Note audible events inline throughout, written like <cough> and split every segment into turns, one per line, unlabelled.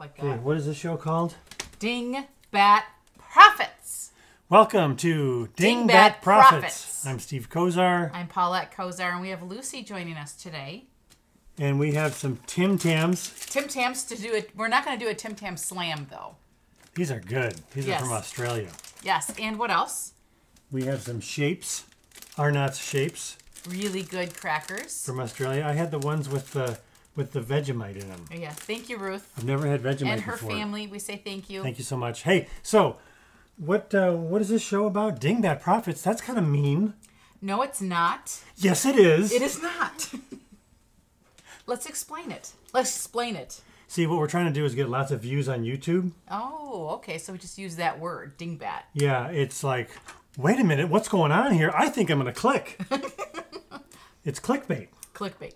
Okay, what is this show called?
Ding bat profits.
Welcome to Ding
Dingbat
Bat Profits.
Profits.
I'm Steve Kozar,
I'm Paulette Kozar, and we have Lucy joining us today.
and we have some Tim Tams.
Tim Tams to do it. We're not going to do a Tim Tam slam though.
These are good. These
Yes.
are from Australia.
Yes, and what else?
We have some shapes, Arnott's shapes
Really good crackers.
from Australia. I had the ones with the with the Vegemite in them.
Oh, Yeah, thank you, Ruth,
I've never had Vegemite
and her
before.
family. We say thank you.
Thank you so much. Hey, so what uh, what is this show about? Ding Bat Profits. That's kind of mean.
No, it's not.
Yes, it is.
It is not. <laughs> Let's explain it. Let's explain it.
See, what we're trying to do is get lots of views on YouTube.
Oh, okay. So we just use that word, dingbat.
Yeah, it's like, wait a minute, what's going on here? I think I'm going to
<laughs>
click. it's clickbait.
Clickbait.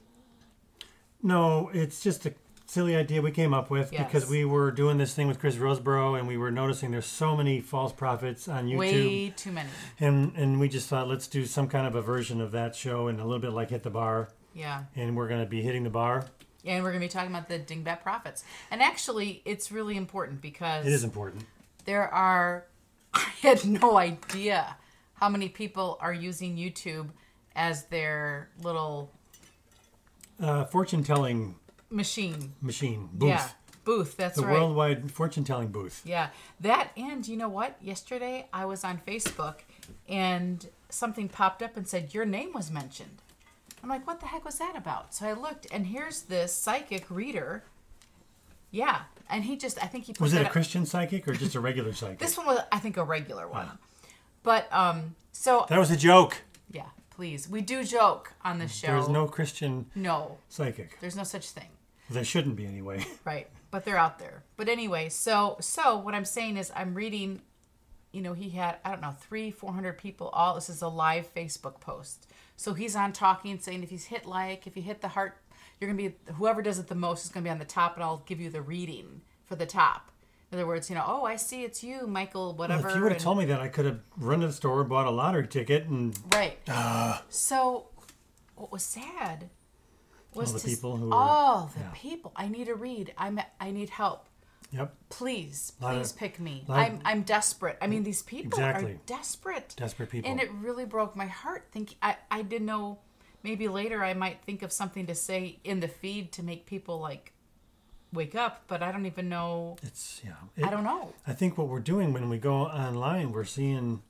No, it's just a silly idea we came up with because
Yes.
we were doing this thing with Chris Roseborough and we were noticing there's so many false prophets on YouTube.
Way too many.
And, and we just thought, let's do some kind of a version of that show and a little bit like Hit the Bar.
Yeah.
And we're going to be hitting the bar.
And we're going to be talking about the dingbat profits. And actually, it's really important because
It is important.
there are, <laughs> I had no idea how many people are using YouTube as their little
Uh, fortune telling
machine.
machine booth.
Yeah. Booth. That's
The
right.
worldwide fortune telling booth.
Yeah. That and you know what? Yesterday I was on Facebook and something popped up and said your name was mentioned. I'm like, what the heck was that about? So I looked and here's this psychic reader. Yeah. And he just I think he put
Was it
that
a
up-
Christian psychic or just a
<laughs>
regular psychic?
This one was I think a regular one. But um so
that was a joke.
yeah, please. We do joke on this show.
There is no Christian
No,
psychic.
There's no such thing.
There shouldn't be anyway.
<laughs> Right. But they're out there. But anyway, so so what I'm saying is I'm reading, you know, he had, I don't know, three, four hundred people all this is a live Facebook post. So he's on talking, saying if he's hit like, if you hit the heart, you're gonna be whoever does it the most is gonna be on the top and I'll give you the reading for the top. In other words, you know, oh I see it's you, Michael, whatever.
if you would have
and-
told me that, I could have run to the store, bought a lottery ticket, and
Right.
Uh.
so, what was sad was
All the
to s-
people who were-
all the
yeah.
people. I need a read. I'm. I need help.
yep,
Please,
Lot of-
please pick me.
lot of-
I'm. I'm desperate. I mean, these people
Exactly.
are desperate.
Desperate people.
And it really broke my heart. Think I. I didn't know. Maybe later I might think of something to say in the feed to make people like wake up, but I don't even know.
it's yeah. It,
I don't know.
I think what we're doing when we go online, we're seeing,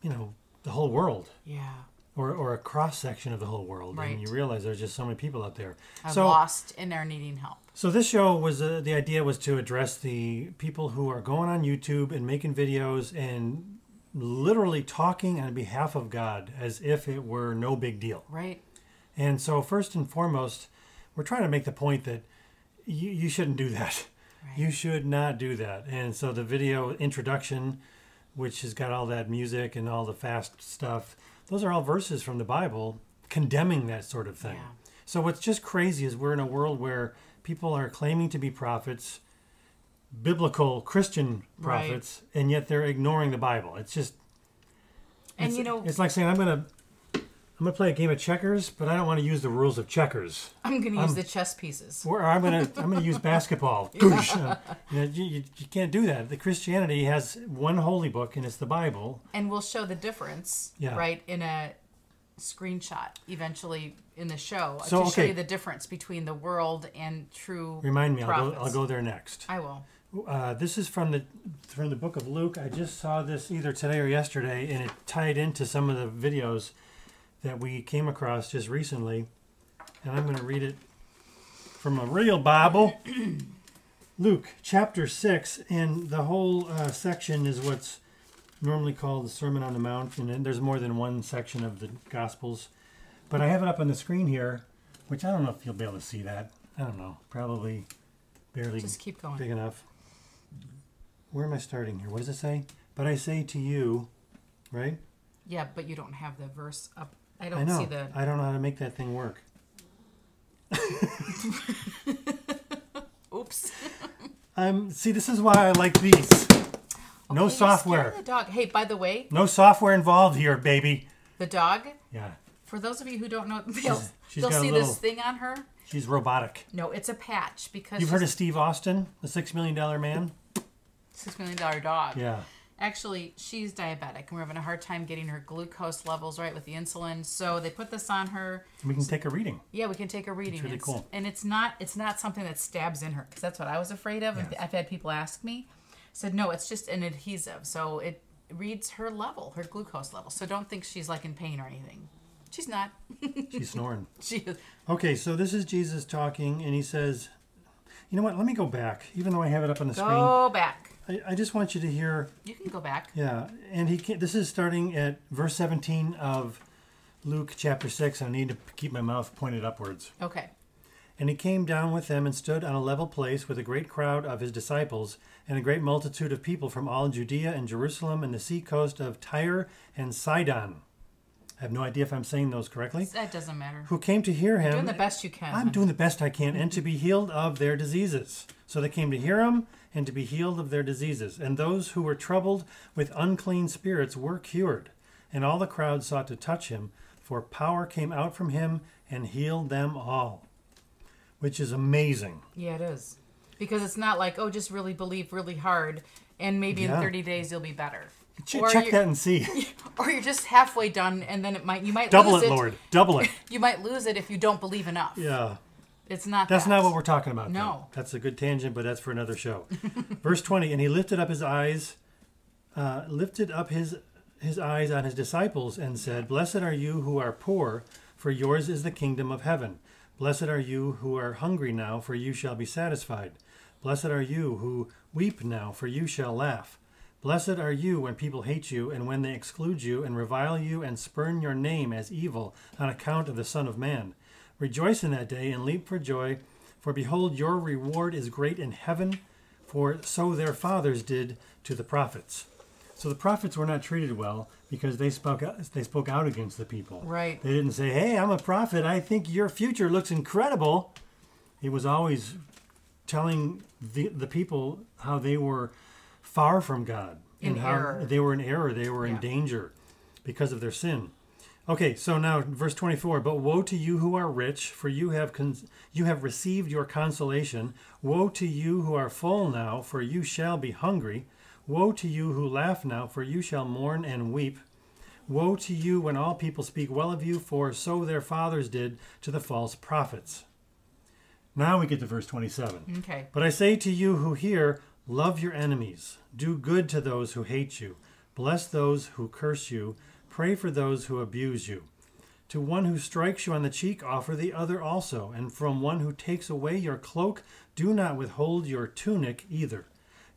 you know, the whole world
Yeah.
or or a cross section of the whole world,
Right.
and you realize there's just so many people out there.
I'm
so
lost and are needing help.
so this show was uh, the idea was to address the people who are going on YouTube and making videos and literally talking on behalf of God as if it were no big deal.
Right.
And so, first and foremost, we're trying to make the point that you, you shouldn't do that. You should not do that. And so, the video introduction, which has got all that music and all the fast stuff, those are all verses from the Bible condemning that sort of thing.
Yeah.
So, what's just crazy is we're in a world where people are claiming to be prophets, biblical Christian
Right.
prophets, and yet they're ignoring the Bible. It's just
And
it's-
you know,
it's like saying I'm gonna I'm gonna play a game of checkers, but I don't want to use the rules of checkers.
I'm going to use
<laughs>
the chess pieces.
Or I'm gonna I'm
<laughs>
gonna use basketball. Goosh. Uh, <laughs> you, know, you, you, you can't do that. The Christianity has one holy book, and it's the Bible.
and we'll show the difference
Yeah.
right in a screenshot eventually in the show
So,
to show
okay.
you the difference between the world and true
Remind me, I'll go,
prophets.
I'll go there next.
I will
Uh, this is from the from the book of Luke. I just saw this either today or yesterday, and it tied into some of the videos that we came across just recently. And I'm going to read it from a real Bible, <clears throat> Luke chapter six, and the whole uh, section is what's normally called the Sermon on the Mount, and then there's more than one section of the Gospels. But I have it up on the screen here, which I don't know if you'll be able to see that. I don't know, probably barely
just keep going
big enough. Where am I starting here? What does it say? But I say to you, right?
yeah but you don't have the verse up I
I
don't
know.
see the
I don't know how to make that thing work.
oops <laughs>
Um, see, this is why I like these. No
You're
software.
scaring the dog hey by the way
No software involved here, baby.
the dog
Yeah.
for those of you who don't know they'll,
she's
they'll
got a
see
little-
this thing on her
She's robotic.
No, it's a patch because
You've heard of
she's
Steve Austin, the six million dollar man?
a six million dollar dog.
Yeah.
Actually, she's diabetic and we're having a hard time getting her glucose levels right with the insulin. So they put this on her.
We can take a reading.
Yeah, we can take a reading.
really
It's-
cool.
And it's not it's not something that stabs in her because that's what I was afraid of.
Yeah.
I've had people ask me, said no, it's just an adhesive, so it reads her level, her glucose level. So don't think she's like in pain or anything. She's not. <laughs>
She's snoring.
She is.
Okay, so this is Jesus talking, and he says, "You know what? Let me go back, even though I have it up on the
Go back.
screen. I, I just want you to hear
You can go back.
Yeah, and he can, this is starting at verse 17 of Luke chapter 6. I need to keep my mouth pointed upwards.
Okay.
And he came down with them and stood on a level place with a great crowd of his disciples and a great multitude of people from all Judea and Jerusalem and the sea coast of Tyre and Sidon. I have no idea if I'm saying those correctly.
That doesn't matter.
Who came to hear him.
Doing the best you can.
I'm doing the best I can, and to be healed of their diseases. So they came to hear him and to be healed of their diseases. And those who were troubled with unclean spirits were cured. And all the crowd sought to touch him, for power came out from him and healed them all. Which is amazing.
Yeah, it is. Because it's not like, oh, just really believe really hard and maybe
Yeah.
in 30 days you'll be better.
Ch-
or,
check
you're,
that and see.
<laughs> or you're just halfway done and then it might you might
Double
lose
it, Lord. Double it. <laughs>
<laughs> You might lose it if you don't believe enough.
Yeah.
It's not
That's
that.
not what we're talking about. though.
No.
That's a good tangent, but that's for another show. <laughs> Verse 20, and he lifted up his eyes, uh, lifted up his his eyes on his disciples and said, Blessed are you who are poor, for yours is the kingdom of heaven. Blessed are you who are hungry now, for you shall be satisfied. Blessed are you who weep now, for you shall laugh. Blessed are you when people hate you, and when they exclude you, and revile you, and spurn your name as evil on account of the Son of Man. Rejoice in that day, and leap for joy, for behold, your reward is great in heaven, for so their fathers did to the prophets. So the prophets were not treated well because they spoke out, they spoke out against the people.
Right. <laughs>
They didn't say, "Hey, I'm a prophet. I think your future looks incredible." It was always telling the the people how they were far from God
In
and how
error.
they were in error, they were in
Yeah.
danger because of their sin. Okay, so now verse 24, but woe to you who are rich, for you have cons- you have received your consolation. Woe to you who are full now, for you shall be hungry. Woe to you who laugh now, for you shall mourn and weep. Woe to you when all people speak well of you, for so their fathers did to the false prophets. Now we get to verse 27.
Okay.
But I say to you who hear, love your enemies, do good to those who hate you, bless those who curse you, pray for those who abuse you. To one who strikes you on the cheek, offer the other also, and from one who takes away your cloak, do not withhold your tunic either.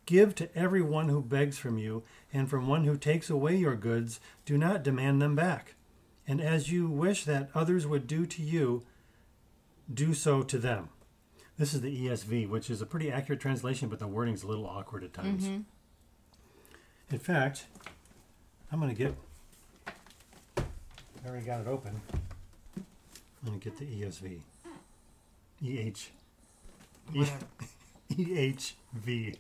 Give to every one who begs from you, and from one who takes away your goods, do not demand them back. And as you wish that others would do to you, do so to them. This is the ESV, which is a pretty accurate translation, but the wording's a little awkward at times. In fact, I'm going to get. I already got it open. I'm going to get the E ESV. EH. E
Whatever.
EHV.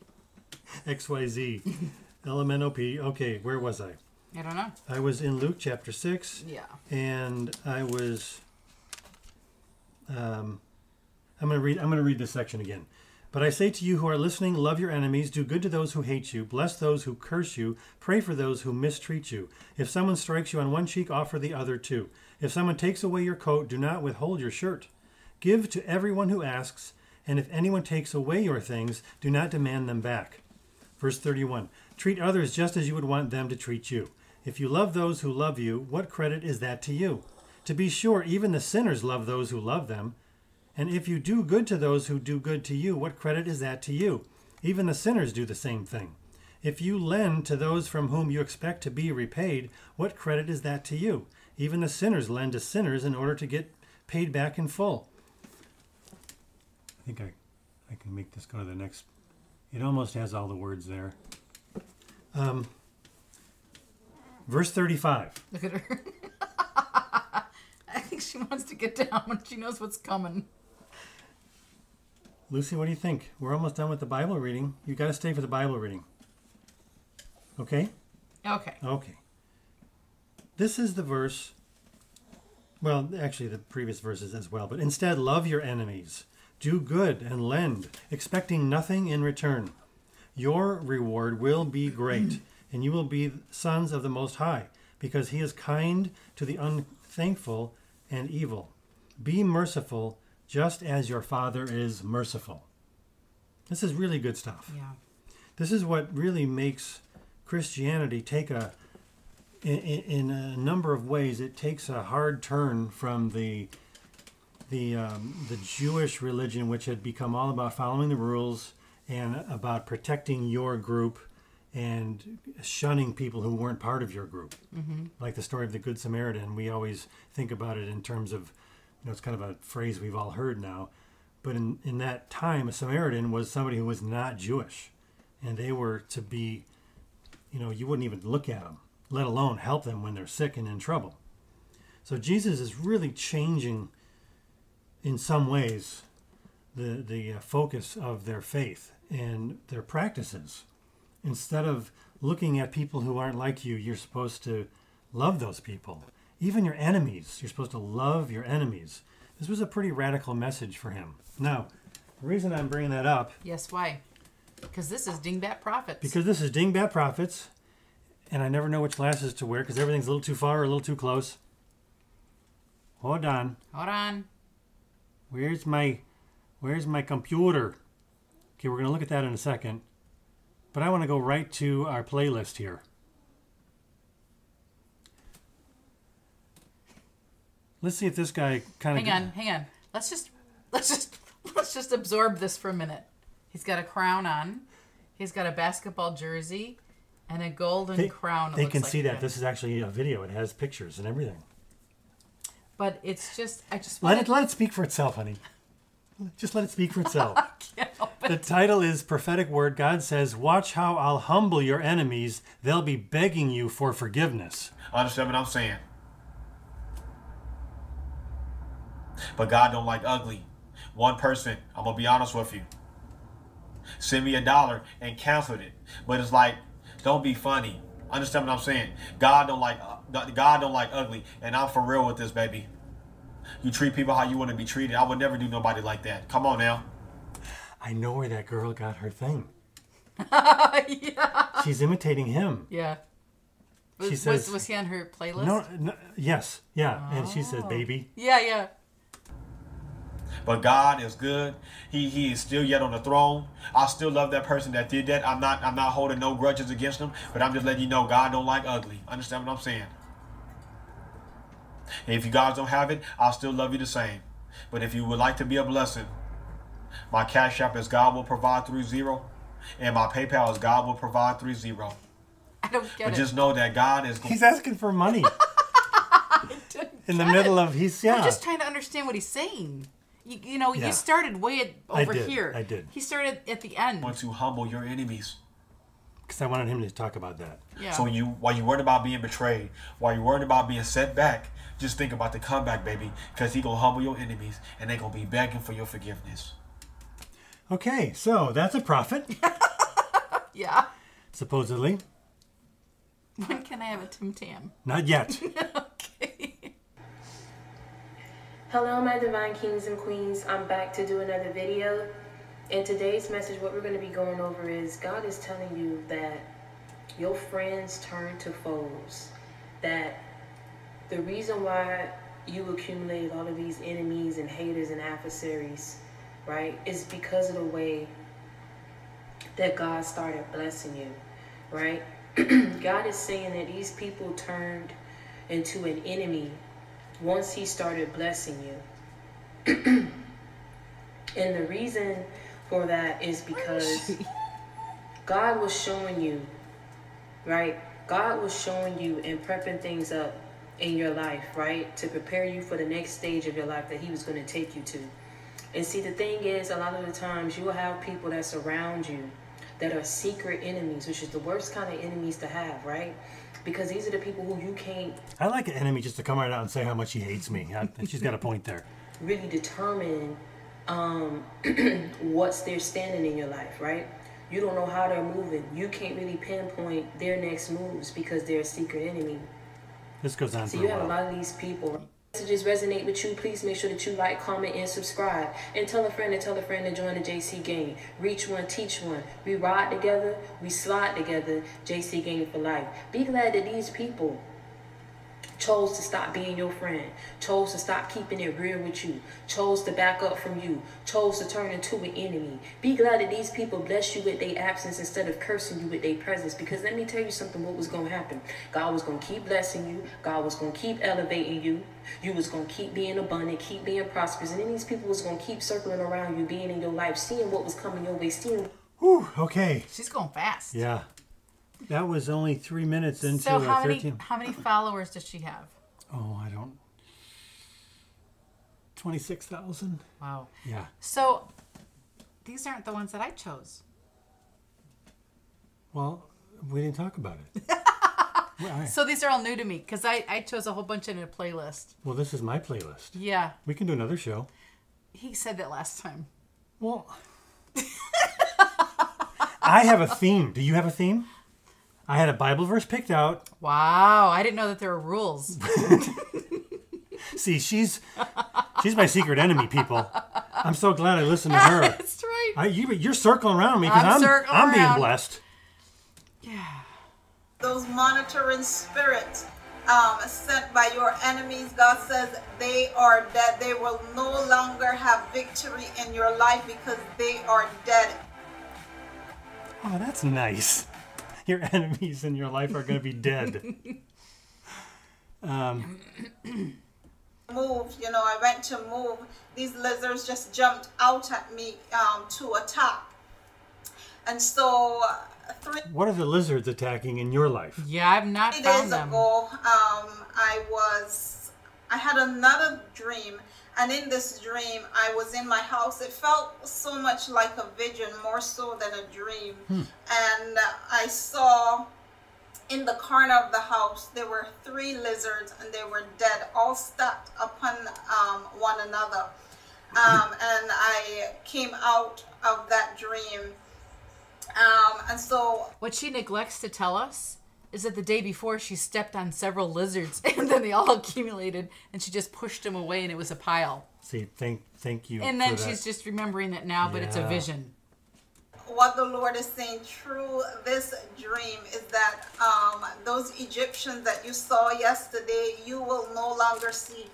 XYZ. LMNOP. Okay, where was I?
I don't know.
I was in Luke chapter 6
Yeah.
and I was. Um, I'm gonna read. I'm gonna read this section again. But I say to you who are listening, love your enemies, do good to those who hate you, bless those who curse you, pray for those who mistreat you. If someone strikes you on one cheek, offer the other too. If someone takes away your coat, do not withhold your shirt. Give to everyone who asks, and if anyone takes away your things, do not demand them back. Verse 31 Treat others just as you would want them to treat you. If you love those who love you, what credit is that to you? To be sure, even the sinners love those who love them. And if you do good to those who do good to you, what credit is that to you? Even the sinners do the same thing. If you lend to those from whom you expect to be repaid, what credit is that to you? Even the sinners lend to sinners in order to get paid back in full. I think I, I can make this go to the next. It almost has all the words there. Um, verse 35.
Look at her. I think she wants to get down. <laughs> She knows what's coming.
Lucy, what do you think? We're almost done with the Bible reading. You got to stay for the Bible reading. Okay?
Okay.
Okay. This is the verse Well, actually, the previous verses as well. But instead, love your enemies, do good, and lend, expecting nothing in return. Your reward will be great, and you will be sons of the Most High, because He is kind to the unthankful and evil. Be merciful, just as your Father is merciful. This is really good stuff.
Yeah.
This is what really makes Christianity take a in, in in a number of ways, it takes a hard turn from the the um, the Jewish religion, which had become all about following the rules and about protecting your group and shunning people who weren't part of your group. Mm-hmm. Like the story of the Good Samaritan, we always think about it in terms of you know it's kind of a phrase we've all heard now, but in in that time, a Samaritan was somebody who was not Jewish, and they were to be, you know, you wouldn't even look at them let alone help them when they're sick and in trouble. So Jesus is really changing, in some ways, the the uh, focus of their faith and their practices. Instead of looking at people who aren't like you, you're supposed to love those people, even your enemies. You're supposed to love your enemies. This was a pretty radical message for him. Now, the reason I'm bringing that up
Yes, why? Because this is Dingbat Prophets.
because this is Dingbat Prophets, and I never know which glasses to wear because everything's a little too far or a little too close. Hold on,
Hold on.
where's my, where's my computer? Okay, we're gonna look at that in a second, but I want to go right to our playlist here. Let's see if this guy kind of.
Hang on, hang on. Let's just let's just <laughs> let's just absorb this for a minute. He's got a crown on. He's got a basketball jersey and a golden
They,
crown. it
they
looks
can
like
see
here.
that this is actually a video. It has pictures and everything.
But it's just I just
Let
wanted,
it let it speak for itself, honey. Just let it speak for itself.
<laughs> I can't help it.
The title is Prophetic Word. God says, Watch how I'll humble your enemies. They'll be begging you for forgiveness.
Understand what I'm saying? But God don't like ugly. One person, I'm gonna be honest with you. Send me a dollar and canceled it. But it's like, don't be funny. Understand what I'm saying? God don't like uh, God don't like ugly, and I'm for real with this, baby. You treat people how you want to be treated. I would never do nobody like that. Come on now.
I know where that girl got her thing.
<laughs> yeah.
She's imitating him.
Yeah. Was,
She
was
says-
was he on her playlist?
No,
Oh.
no yes, yeah. And she says, Baby.
Yeah, yeah.
But God is good. He he is still yet on the throne. I still love that person that did that. I'm not I'm not holding no grudges against them, but I'm just letting you know God don't like ugly. Understand what I'm saying? And if you guys don't have it, I'll still love you the same. But if you would like to be a blessing, my cash app is God will provide three zero, and my PayPal is God will provide three zero.
I don't get
But
it.
just know that God is going.
He's asking for
<laughs>
money in the middle of, he's, yeah.
I'm just trying to understand what he's saying. You, you know,
Yeah.
you started way at,
I
over
did,
here.
I did.
He started at the end.
want to humble your enemies.
Because I wanted him to talk about that.
Yeah.
So you while you worried about being betrayed, while you worried about being set back, just think about the comeback, baby, because he gonna humble your enemies and they gonna be begging for your forgiveness.
Okay, so that's a prophet,
yeah. <laughs>
supposedly.
When can I have a Tim Tam?
Not yet.
Hello, my divine kings and queens. I'm back to do another video. In today's message, what we're going to be going over is God is telling you that your friends turn to foes. That the reason why you accumulate all of these enemies and haters and adversaries, right, is because of the way that God started blessing you, right? <clears throat> God is saying that these people turned into an enemy once He started blessing you. <clears throat> and the reason for that is because God was showing you, right? God was showing you and prepping things up in your life, right? To prepare you for the next stage of your life that He was going to take you to. And see, the thing is, a lot of the times you will have people that surround you that are secret enemies, which is the worst kind of enemies to have, right? Because these are the people who you can't
I like an enemy just to come right out and say how much he hates me. I, she's got a point there.
really determine um, <clears throat> what's their standing in your life, right? You don't know how they're moving. You can't really pinpoint their next moves because they're a secret enemy.
This goes on
So
for
you
a
have a
while.
lot of these people. messages resonate with you, please make sure that you like, comment, and subscribe. And tell a friend and tell a friend to join the JC Gang. Reach one, teach one. We ride together, we slide together. JC Gang for life. Be glad that these people chose to stop being your friend, chose to stop keeping it real with you, chose to back up from you, chose to turn into an enemy. Be glad that these people bless you with their absence instead of cursing you with their presence. Because let me tell you something, what was gonna happen? God was gonna keep blessing you, God was gonna keep elevating you, you was gonna keep being abundant, keep being prosperous, and then these people was gonna keep circling around you, being in your life, seeing what was coming your way, seeing
Whew, okay.
She's going fast.
Yeah. That was only three minutes into
So how
a
many
13.
how many followers does she have?
Oh, I don't. 26,000?
Wow.
Yeah.
So these aren't the ones that I chose.
Well, we didn't talk about
<laughs>
it. well, I-
So these are all new to me because I, I chose a whole bunch in a playlist.
well, this is my playlist.
Yeah.
We can do another show.
He said that last time.
Well, I have a theme. Do you have a theme? I had a Bible verse picked out.
Wow. Oh, I didn't know that there
<laughs>
were rules.
See, she's she's my secret enemy, people. I'm so glad I listened to her.
<laughs> That's right.
I, you, you're circling around me because
I'm
I'm I'm,
circling
being
around.
blessed.
yeah.
those monitoring spirits um, sent by your enemies, God says they are dead. They will no longer have victory in your life because they are dead.
Oh, that's nice. Your enemies in your life are going to be
<laughs>
dead. Um,
Move, you know, I went to move. These lizards just jumped out at me um, to attack. And so, uh, three
what are the lizards attacking in your life?
Yeah, I've not
Three
found
days
them.
ago, um, I was, I had another dream, and in this dream, I was in my house. It felt so much like a vision, more so than a dream. And I saw in the corner of the house there were three lizards, and they were dead, all stacked upon um, one another. Um, and I came out of that dream. Um, and so
What she neglects to tell us is that the day before she stepped on several lizards <laughs> and then they all accumulated and she just pushed them away and it was a pile.
See, thank thank you.
And then
for that.
she's just remembering it now, but it's a
Yeah.
vision.
what the Lord is saying through this dream is that um, those Egyptians that you saw yesterday, you will no longer see.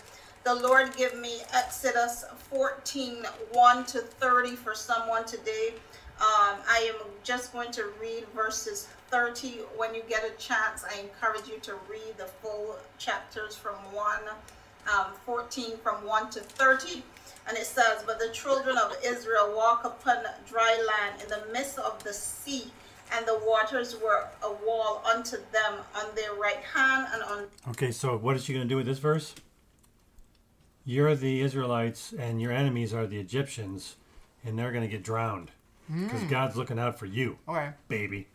The Lord give me Exodus 14 1 to 30 for someone today. Um, I am just going to read verses 30. When you get a chance, I encourage you to read the full chapters from 1 um, 14 from 1 to 30. And it says, But the children of Israel walk upon dry land in the midst of the sea, and the waters were a wall unto them on their right hand and on
okay. So what is she going to do with this verse? You're the Israelites, and your enemies are the Egyptians, and they're going to get drowned because God's looking out for you,
Hmm. Okay.
baby.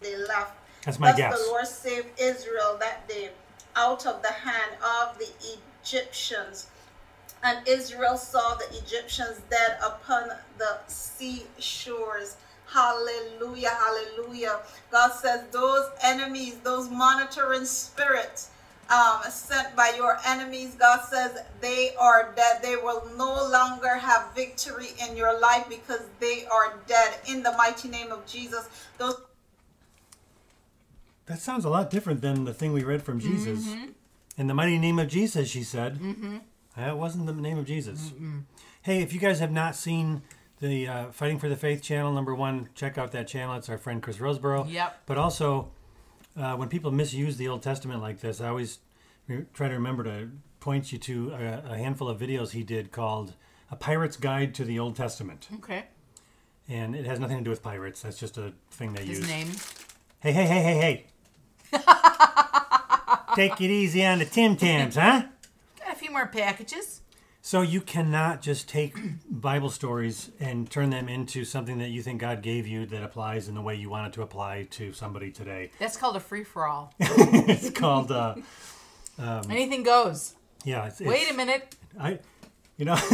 they left.
That's my
Thus
guess.
The Lord saved Israel that day out of the hand of the Egyptians. And Israel saw the Egyptians dead upon the seashores. Hallelujah, hallelujah. God says, Those enemies, those monitoring spirits um, sent by your enemies, God says, they are dead. They will no longer have victory in your life because they are dead. In the mighty name of Jesus, those
That sounds a lot different than the thing we read from Jesus.
Mm-hmm.
In the mighty name of Jesus, she said. Mm-hmm. That wasn't the name of Jesus. Hey, if you guys have not seen the uh, Fighting for the Faith channel, number one, check out that channel. It's our friend Chris Roseborough.
Yep.
But also, uh, when people misuse the Old Testament like this, I always re- try to remember to point you to a, a handful of videos he did called A Pirate's Guide to the Old Testament.
Okay.
And it has nothing to do with pirates. That's just a thing they
His
use.
name.
Hey, hey, hey, hey,
<laughs>
hey. Take it easy on the Tim Tams, huh?
Got a few more packages.
So you cannot just take Bible stories and turn them into something that you think God gave you that applies in the way you want it to apply to somebody today. <laughs>
That's called a free for all.
It's called, uh, um,
Anything goes.
yeah. It's,
Wait a
it's-
minute.
I, you know, <laughs>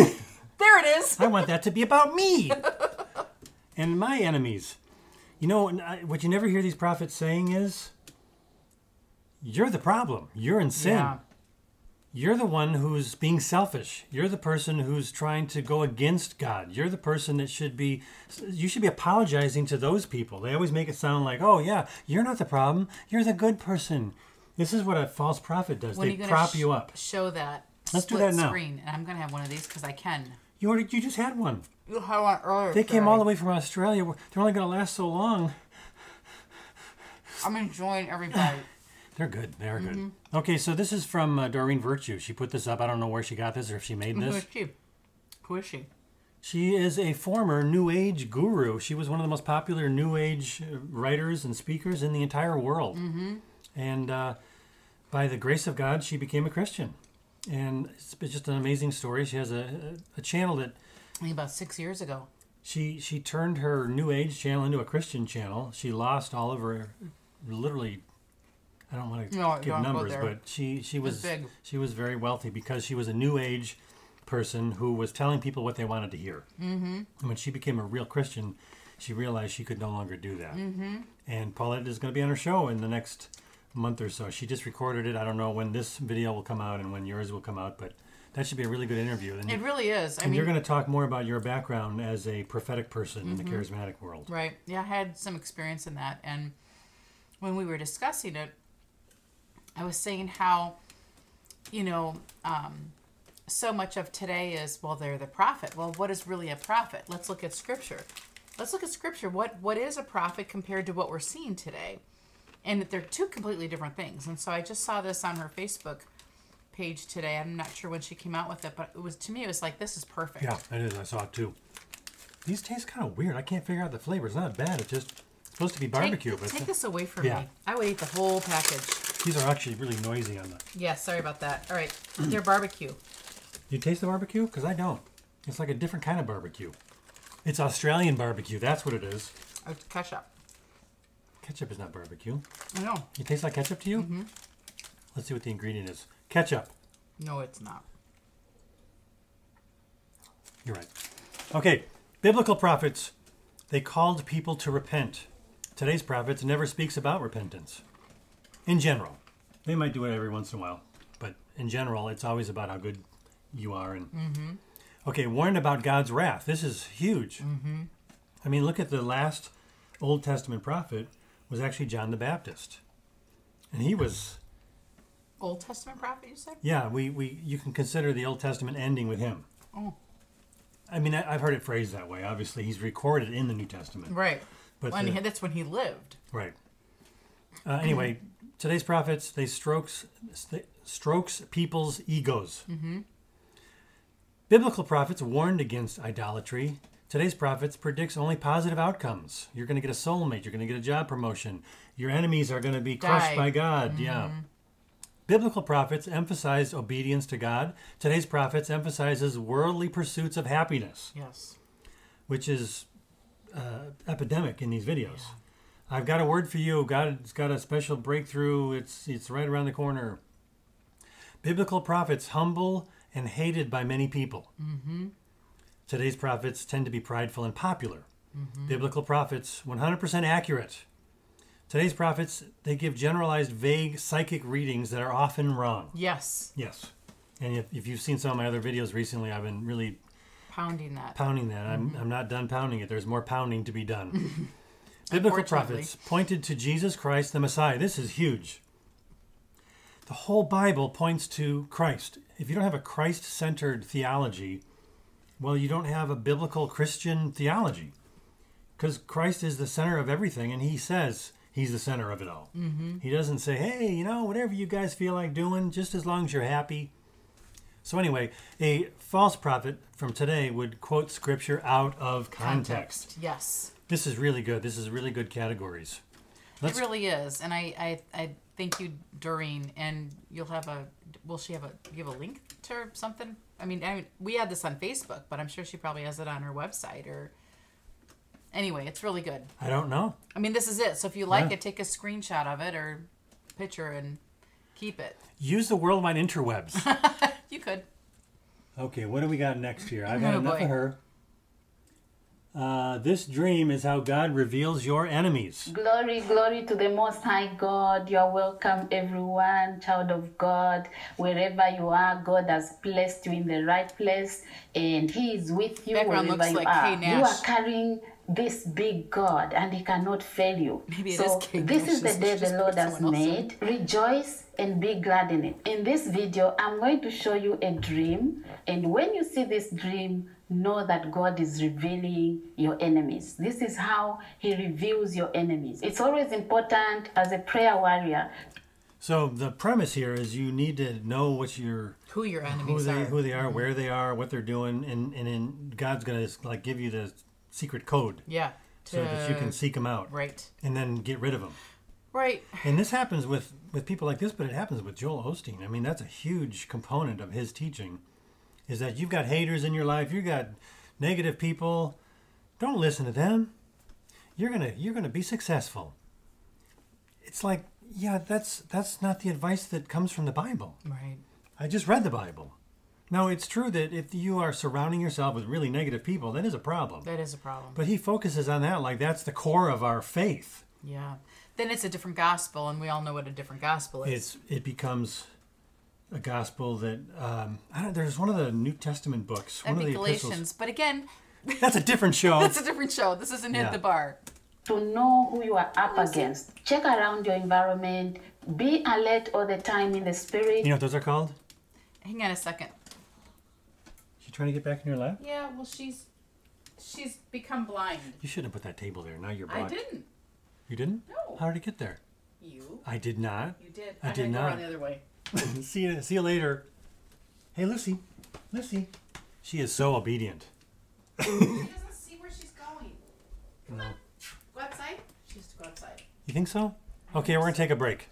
There it is.
I want that to be about me <laughs> and my enemies. You know, and I- what you never hear these prophets saying is, "You're the problem. You're in sin." You're the one who's being selfish. You're the person who's trying to go against God. You're the person that should be, you should be apologizing to those people. They always make it sound like, oh, yeah, you're not the problem. You're the good person. This is what a false prophet does.
When are
they
you gonna
prop
sh-
you up.
Show that.
Let's do
split
that now.
Screen, and I'm gonna have one of these because I can.
You ordered, you just had one.
You had one earlier.
They came all the way from Australia. They're only going to last so long.
I'm enjoying everybody.
<laughs> They're good. They are good. Okay, so this is from uh, Doreen Virtue. She put this up. I don't know where she got this or if she made
Who
this.
is she? Who is she?
She is a former New Age guru. She was one of the most popular New Age uh, writers and speakers in the entire world. Mm-hmm. And uh, by the grace of God, she became a Christian. And it's it's just an amazing story. She has a, a channel that
I think about six years ago.
she she turned her New Age channel into a Christian channel. She lost all of her, literally, I don't want to
No,
give
don't go
numbers,
there.
but she she was
big.
she was very wealthy because she was a New Age person who was telling people what they wanted to hear. Mm-hmm. And when she became a real Christian, she realized she could no longer do that. Mm-hmm. And Paulette is going to be on her show in the next month or so. She just recorded it. I don't know when this video will come out and when yours will come out, but that should be a really good interview. And
It really is. I
and
mean, Mm-hmm.
you're going to talk more about your background as a prophetic person in the charismatic world.
Right. Yeah, I had some experience in that. And when we were discussing it, I was saying how, you know, um, so much of today is, well, they're the prophet. Well, what is really a prophet? Let's look at scripture. Let's look at scripture. What what is a prophet compared to what we're seeing today? And that they're two completely different things. And so I just saw this on her Facebook page today. I'm not sure when she came out with it, but it was to me it was like this is perfect.
Yeah, it is. I saw it too. These taste kind of weird. I can't figure out the flavor. It's not bad. It's just it's supposed to be
Take-
barbecue,
Take,
but
this away from
Yeah.
me. I would eat the whole package.
these are actually really noisy on the.
Yeah, sorry about that. All right,
Mm.
they're barbecue.
You taste the barbecue? Because I don't. It's like a different kind of barbecue. It's Australian barbecue. That's what it is.
Oh, ketchup.
Ketchup is not barbecue.
I know.
It tastes like ketchup to you? Mm-hmm. Let's see what the ingredient is. Ketchup.
No, it's not.
You're right. Okay, biblical prophets, they called people to repent. Today's prophets never speaks about repentance. In general, they might do it every once in a while, but in general, it's always about how good you are. And okay, warned about God's wrath. This is huge.
Mm.
I mean, look at the last Old Testament prophet was actually John the Baptist, and he was
Old Testament prophet, you said?
yeah, we, we you can consider the Old Testament ending with him.
Oh.
I mean, I, I've heard it phrased that way. Obviously, he's recorded in the New Testament.
Right.
But
Well, and
the-
he- that's when he lived.
right. Uh,
<clears throat>
anyway, today's prophets they strokes st- strokes people's egos. Mm-hmm. Biblical prophets warned against idolatry. Today's prophets predicts only positive outcomes. You're going to get a soulmate. You're going to get a job promotion. Your enemies are going to be crushed
Die. Mm-hmm.
by God. Yeah. Biblical prophets emphasized obedience to God. Today's prophets emphasizes worldly pursuits of happiness
Yes.
which is uh, epidemic in these videos. I've got a word for you. God's got a special breakthrough. It's it's right around the corner. Biblical prophets humble and hated by many people. Mm-hmm. Today's prophets tend to be prideful and popular. Biblical prophets 100% accurate. Today's prophets they give generalized, vague psychic readings that are often wrong.
Yes.
Yes, and if, if you've seen some of my other videos recently, I've been really
Pounding that.
pounding that. I'm, I'm not done pounding it. There's more pounding to be
<laughs>
done. Biblical
Unfortunately.
prophets pointed to Jesus Christ, the Messiah. This is huge. The whole Bible points to Christ. If you don't have a Christ centered theology, well, you don't have a biblical Christian theology because Christ is the center of everything, and He says He's the center of it all. Mm-hmm. He doesn't say, "Hey, you know, whatever you guys feel like doing, just as long as you're happy." So anyway, a false prophet from today would quote Scripture out of context.
Yes.
This is really good. This is really good categories. Let's-
it really is. And I, I, I thank you, Doreen. And you'll have a, will she have a, give a link to her something? I mean, I mean, we had this on Facebook, but I'm sure she probably has it on her website or. Anyway, it's really good.
I don't know.
I mean, this is it. So if you like
Yeah.
it, take a screenshot of it or picture and keep it.
Use the worldwide interwebs.
<laughs>
<laughs>
You could.
okay, what do we got next here? I've had
Oh,
enough
boy.
of her. Uh, this dream is how God reveals your enemies.
Glory, glory to the Most High God. You're welcome, everyone, child of God. Wherever you are, God has placed you in the right place, and He is with you
Background
wherever
looks
you
like
are.
Kay
You are
Nash.
carrying this big God, and He cannot fail you.
Maybe it
so
is Kay
this
Nash.
is the
It's
day the
just
Lord
put
has
someone else in.
made it, rejoice and be glad in it. In this video, I'm going to show you a dream, and when you see this dream, know that God is revealing your enemies. This is how He reveals your enemies. It's always important as a prayer warrior
So the premise here is you need to know what your
Who your
who
enemies
they
are. Mm-hmm.
who they are, where they are, what they're doing, and and then God's gonna like give you the secret code
yeah.
so that you can seek them out
Right.
and then get rid of them.
Right.
And this happens with with people like this, but it happens with Joel Osteen. I mean, that's a huge component of his teaching, is that you've got haters in your life, you've got negative people. Don't listen to them. You're gonna you're gonna be successful. It's like, yeah, that's that's not the advice that comes from the Bible.
Right.
I just read the Bible. Now it's true that if you are surrounding yourself with really negative people, that is a problem.
That is a problem.
But he focuses on that like that's the core of our faith.
Yeah. Then it's a different gospel, and we all know what a different gospel is.
it's it becomes a gospel that um, I don't, there's one of the New Testament books,
That'd
one of
be
the
Galatians.
epistles.
But again, <laughs>
That's a different show.
that's a different show. This isn't
Yeah.
hit the bar.
to know who you are up against. Check around your environment, be alert all the time in the spirit.
you know what those are called?
Hang on a second.
She trying to get back in your lap?
<laughs> Yeah. Well, she's she's become blind.
You shouldn't have put that table there. Now you're
I
blocked.
didn't.
You didn't?
No.
How did it get there?
You.
I did not. <laughs>
You did.
I
had
did
to go
not.
around the other way.
<laughs> see you. See you later. Hey, Lucy. Lucy. She is so obedient.
She doesn't see where she's going. Come on. Go outside. She has to go outside.
You think so? Okay, we're gonna take a break.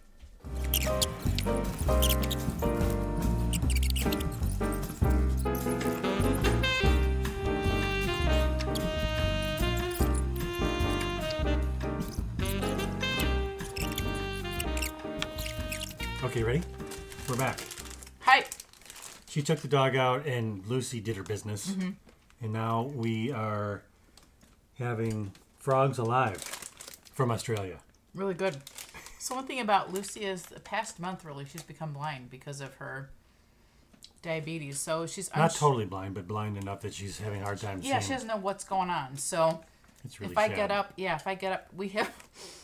Okay, ready? We're back.
Hi.
She took the dog out, and Lucy did her business, and now we are having frogs alive from Australia.
Really good. So one thing about Lucy is the past month really she's become blind because of her diabetes. So she's
Not
uns-
totally blind, but blind enough that she's having a hard time
Yeah, she
seeing.
doesn't know what's going on. So
it's really
if I
sad.
get up, yeah, if I get up, we have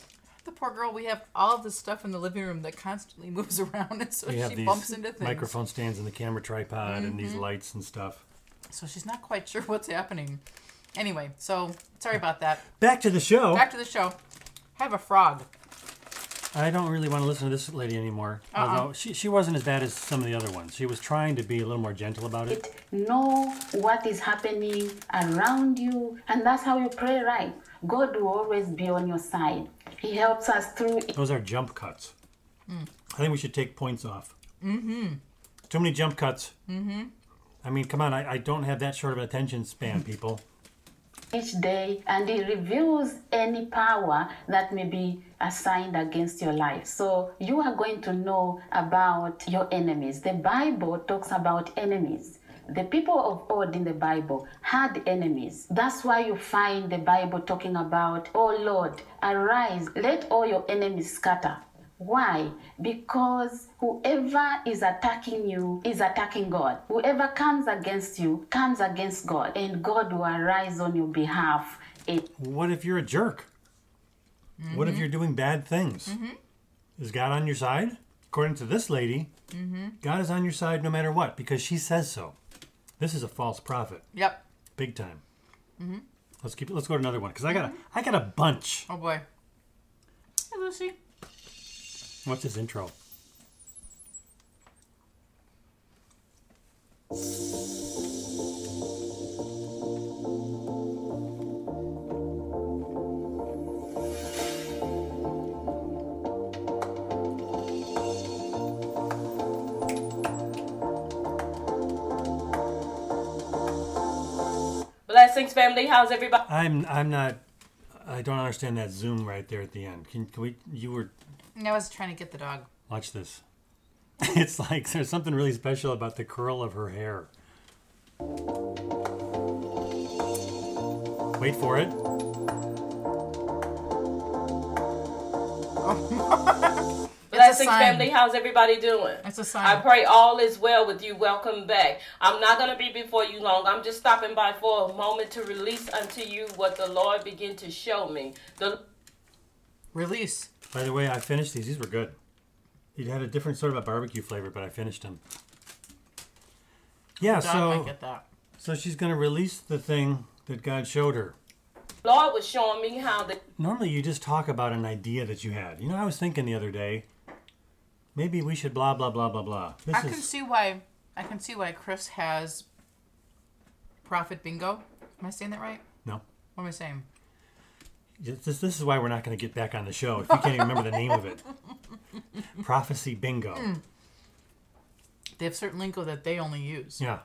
<laughs> the poor girl. We have all of this stuff in the living room that constantly <laughs> moves around, and so
we have
she
these
bumps into things. Mm-hmm.
microphone stands and the camera tripod and these lights and stuff.
So she's not quite sure what's happening. Anyway, so sorry about that.
Back to the show.
Back to the show. I have a frog.
I don't really want to listen to this lady anymore.
Uh-uh.
Although she, she wasn't as bad as some of the other ones. She was trying to be a little more gentle about it.
<laughs>
know what is happening around you, and that's how you pray right. God will always be on your side. He helps us through
Those are jump cuts. I think we should take points off. Mm. Mm-hmm. Too many jump cuts. Mm-hmm. I mean, come on, I, I don't have that short of an attention
<laughs>
span, people.
each day, and He reveals any power that may be assigned against your life. So you are going to know about your enemies. The Bible talks about enemies. The people of old in the Bible had enemies. That's why you find the Bible talking about, Oh Lord, arise, let all your enemies scatter. Why? Because whoever is attacking you is attacking God. Whoever comes against you comes against God, and God will arise on your behalf. It-
What if you're a jerk? What
Mm-hmm.
if you're doing bad things? Is God on your side? According to this lady, God is on your side no matter what because she says so. This is a false prophet,
Yep. Mm-hmm.
big time. Let's keep. Let's go to another one because I got a. I got a bunch.
Oh boy. Hey, Lucy.
What's this intro?
Blessings, family. How's
<laughs>
everybody?
I'm. I'm not. I don't understand that zoom right there at the end. Can, can we? You were.
I was trying to get the dog.
Watch this. <laughs> It's like there's something really special about the curl of her hair. Wait, Wait for it.
It's a
Blessings,
sign.
family. How's everybody doing?
It's a sign.
I pray all is well with you. Welcome back. I'm not going to be before you long. I'm just stopping by for a moment to release unto you what the Lord began to show me. The
Release.
By the way, I finished these. These were good. It had a different sort of a barbecue flavor, but I finished them. Yeah,
Dog
so
might get that.
so she's gonna release the thing that God showed her.
Lord was showing me how the
Normally, you just talk about an idea that you had. You know, I was thinking the other day, maybe we should blah blah blah blah blah. This
I
is
can see why. I can see why Chris has profit bingo. Am I saying that right?
no.
What am I saying?
This, this is why we're not going to get back on the show if you can't even remember the name of
<laughs>
it. Prophecy bingo.
Hmm. They have certain lingo that they only use,
Yeah.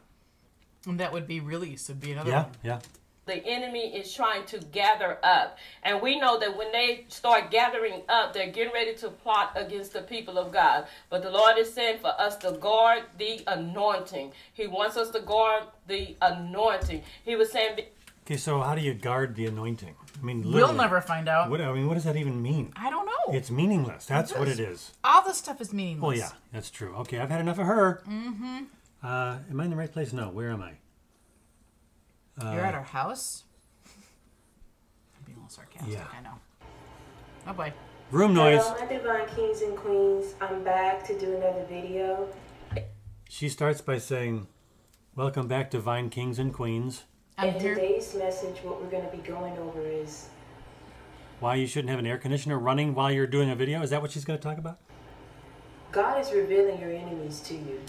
and that would be release. Would be another
Yeah.
one.
Yeah.
the enemy is trying to gather up. And we know that when they start gathering up, they're getting ready to plot against the people of God. But the Lord is saying for us to guard the anointing. He wants us to guard the anointing. He was saying
Okay. So how do you guard the anointing? I mean,
We'll
literally,
never find out.
What I mean, what does that even mean?
I don't know.
It's meaningless. That's what it is.
All this stuff is meaningless.
Well, yeah, that's true. Okay, I've had enough of her. Mm-hmm. Uh, am I in the right place? No. Where am I? Uh,
You're at our house. I'm being a little sarcastic.
Yeah.
I know. Oh boy.
Room noise.
Hello, my divine kings and queens. I'm back to do another video.
She starts by saying, "Welcome back, divine kings and queens.
I'm
In
here.
today's message, what we're going to be going over is
Why you shouldn't have an air conditioner running while you're doing a video? Is that what she's going to talk about?
God is revealing your enemies to you.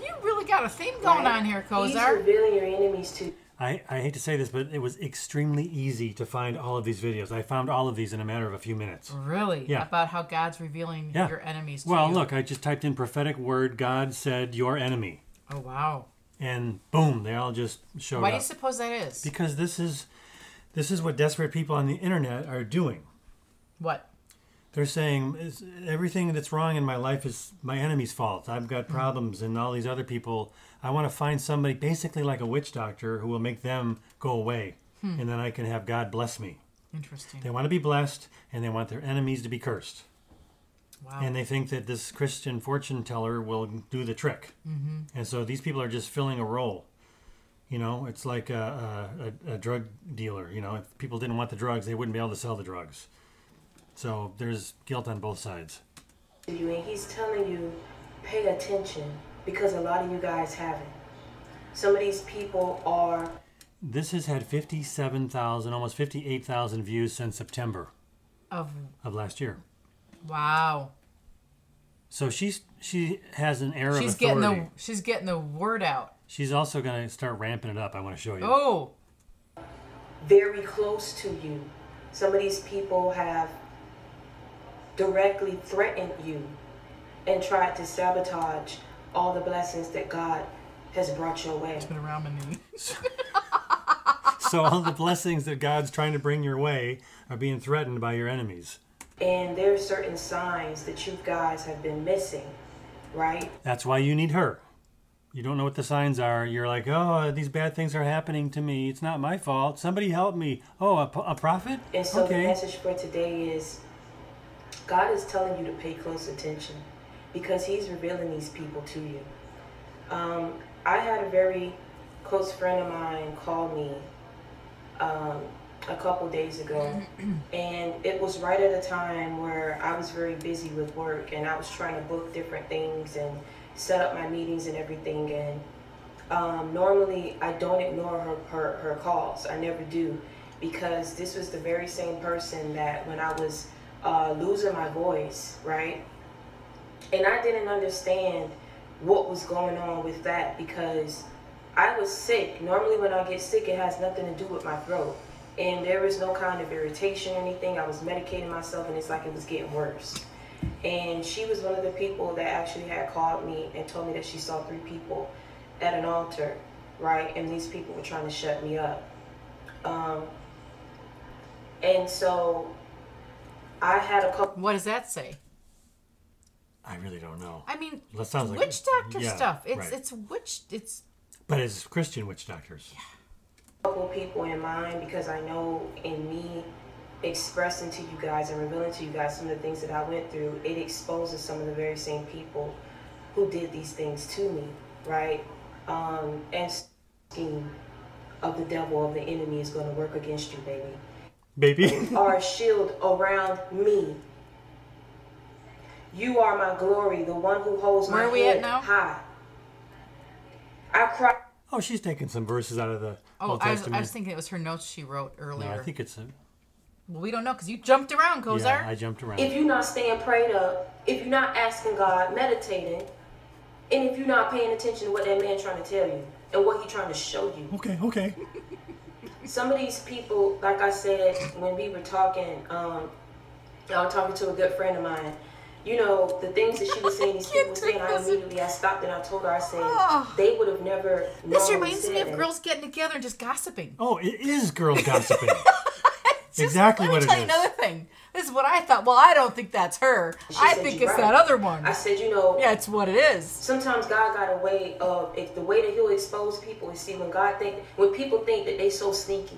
You really got a theme going on here,
He's
Kozar.
revealing your enemies to you.
I, I hate to say this, but it was extremely easy to find all of these videos. I found all of these in a matter of a few minutes.
Really?
Yeah.
About how God's revealing
Yeah.
your enemies to
Well,
you.
look, I just typed in prophetic word. God said, "Your enemy,"
Oh wow.
and boom, they all just showed
Why
up.
do you suppose that is?
because this is this is what desperate people on the internet are doing
what?
they're saying "Is- everything that's wrong in my life is my enemy's fault i've got
Mm-hmm.
problems and all these other people i want to find somebody basically like a witch doctor who will make them go away and then i can have god bless me
Hmm. Interesting.
they want to be blessed and they want their enemies to be cursed
Wow.
and they think that this Christian fortune teller will do the trick. Mm-hmm. And so these people are just filling a role. You know, it's like a, a, a, a drug dealer. You know, if people didn't want the drugs, they wouldn't be able to sell the drugs. So there's guilt on both sides.
to you and he's telling you pay attention because a lot of you guys haven't some of these people are
This has had 57,000, almost 58,000 views since September
of
of last year.
wow.
So she's she has an air
She's
of authority.
getting the she's getting the word out.
She's also going to start ramping it up. I want to show you.
Oh,
very close to you some of these people have directly threatened you and tried to sabotage all the blessings that god has brought your way
been around my knee.
So all the blessings that God's trying to bring your way are being threatened by your enemies.
<laughs> and there are certain signs that you guys have been missing right
That's why you need her. You don't know what the signs are. You're like, oh, these bad things are happening to me. It's not my fault. Somebody help me. Oh, a, po- a prophet?
and so the
okay.
message for today is God is telling you to pay close attention because He's revealing these people to you. Um, I had a very close friend of mine call me um, a couple days ago, and it was right at a time where I was very busy with work and I was trying to book different things and set up my meetings and everything. And um, normally, I don't ignore her, her, her calls, I never do, because this was the very same person that when I was uh, losing my voice, right? And I didn't understand what was going on with that because I was sick. Normally, when I get sick, it has nothing to do with my throat. And there was no kind of irritation or anything. I was medicating myself, and it's like it was getting worse. And she was one of the people that actually had called me and told me that she saw three people at an altar, right? And these people were trying to shut me up. Um, and so I had a couple.
What does that say?
I really don't know.
I mean,
That sounds like-
witch doctor
yeah,
stuff. It's
right.
it's witch. It's
But it's Christian witch doctors.
couple people in mind because I know in me expressing to you guys and revealing to you guys some of the things that I went through, it exposes some of the very same people who did these things to me, right? Um, and scheme of the devil of the enemy is going to work against you, baby
baby.
are a shield around me. You are my glory, the one who holds
Where
my
are we at
head
now?
high. I cry
oh, she's taking some verses out of the
Oh,
Old
I was,
Testament.
I was thinking it was her notes she wrote earlier.
no, I think it's a.
well, we don't know because you jumped around, Kozar.
Yeah, I jumped around.
if you're not staying prayed up, if you're not asking God, meditating, and if you're not paying attention to what that man trying to tell you and what he trying to show you.
okay,
<laughs>
okay.
some of these people, like I said when we were talking, um, I was talking to a good friend of mine. You know, the things that she was saying,
<laughs>
these people were saying, I immediately I stopped and I told her, I said, they would have never.
Ah. This
normally
reminds me
said
of
that.
girls getting together and just gossiping.
Oh, it is girls
<laughs>
gossiping. exactly
Let me
what it
tell you
is.
another thing. This is what I thought. Well, I don't think that's her.
She
I
said,
think
"You're
it's
right."
that other one.
I said, you know,
yeah, it's what it is.
sometimes God got a way of if the way that He'll expose people is see when God think when people think that they so sneaky,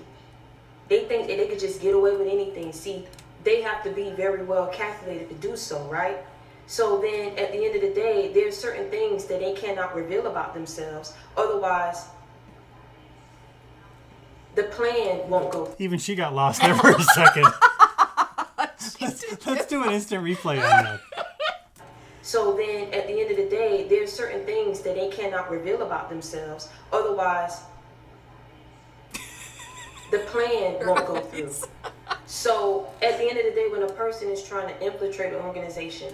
they think that they could just get away with anything. See, they have to be very well calculated to do so, right? So then at the end of the day, there's certain things that they cannot reveal about themselves. Otherwise, the plan won't go
Even she got lost there for a
<laughs>
second. let's, let's do an instant replay on that.
So then, at the end of the day, there's certain things that they cannot reveal about themselves. Otherwise, the plan won't go through. So, at the end of the day, when a person is trying to infiltrate an organization,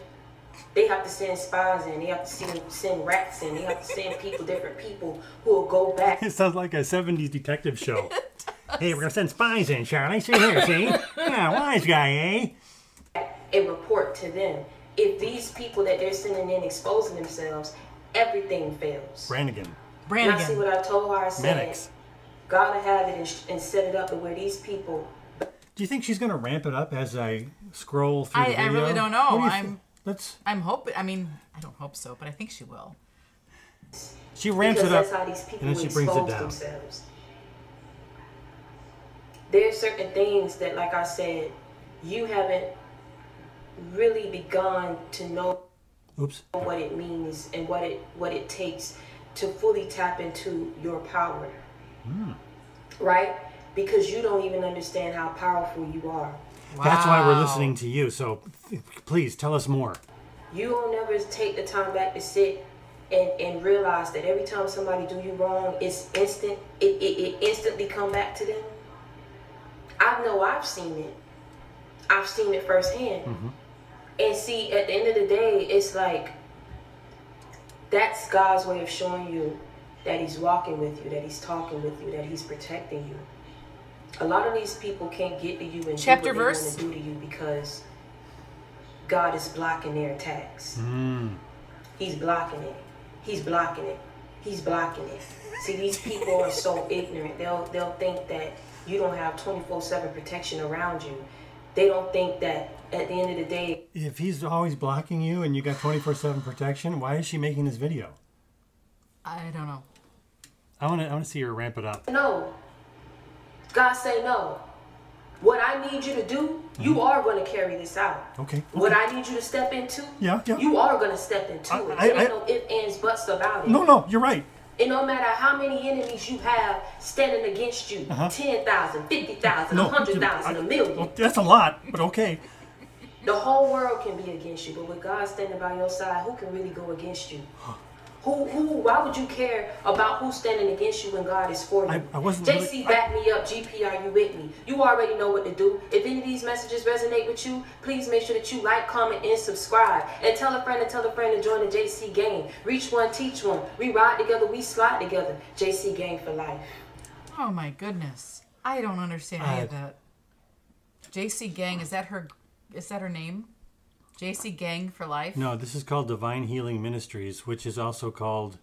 they have to send spies in, they have to send, send rats in, they have to send people, different people who will go back
It sounds like a 70s detective
<laughs>
show. Hey, we're gonna send spies in, Charlie. See here, see? Yeah, wise guy, eh?
and report to them. If these people that they're sending in exposing themselves, everything fails.
Brannigan.
And I see
Brannigan.
what I told her. I said,
Mannix.
God to have it and, sh- and set it up to where these people.
Do you think she's gonna ramp it up as I scroll through the
I- I
video?
really don't
What
know.
do you thi-
I'm-
Let's.
I'm hoping. I mean, I don't hope so, but I think she will.
She ramps
because
it up,
that's how these people
and then she brings it
expose
down.
themselves. There's certain things that, like I said, you haven't really begun to know
Oops.
what it means and what it what it takes to fully tap into your power.
Hmm.
Right? Because you don't even understand how powerful you are.
That's why we're
Wow.
listening to you. So th- please tell us more.
you don't never take the time back to sit and, and realize that every time somebody do you wrong it's instant it, it, it instantly come back to them i know i've seen it i've seen it firsthand and see at the end of the day it's like that's god's way of showing you that he's walking with you that he's talking with you that he's protecting you a lot of these people can't get to you and
Chapter,
do what
verse?
they want to do to you because God is blocking their attacks. He's blocking it. He's blocking it. He's blocking it. See, these people are so ignorant. They'll they'll think that you don't have 24/7 protection around you. They don't think that at the end of the day,
If he's always blocking you and you got 24 7 protection, why is she making this video?
I don't know.
I wanna, I wanna see her ramp it up.
no. God say no. What I need you to do, you are going to carry this out.
Mm-hmm. Okay.
What I need you to step into,
Yeah, yeah.
you are going to step into
I-
it.
I-
There ain't
I-
no ifs, ands, buts about it.
No, no, you're right.
And no matter how many enemies you have standing against you,
Uh-huh.
ten thousand, fifty thousand, a
No,
100,000,
I-
a million,
well, that's a lot, but okay.
the whole world can be against you. But with God standing by your side, who can really go against you? Who, who, why would you care about who's standing against you when God is for you?
I- I wasn't
JC,
really- I-
back me up. GP, are you with me? You already know what to do. If any of these messages resonate with you, please make sure that you like, comment, and subscribe. And tell a friend and tell a friend to join the JC gang. Reach one, teach one. We ride together, we slide together. JC gang for life.
Oh my goodness. I don't understand any of that. JC Gang is that her? Is that her name? JC Gang for life.
No, this is called Divine Healing Ministries, which is also called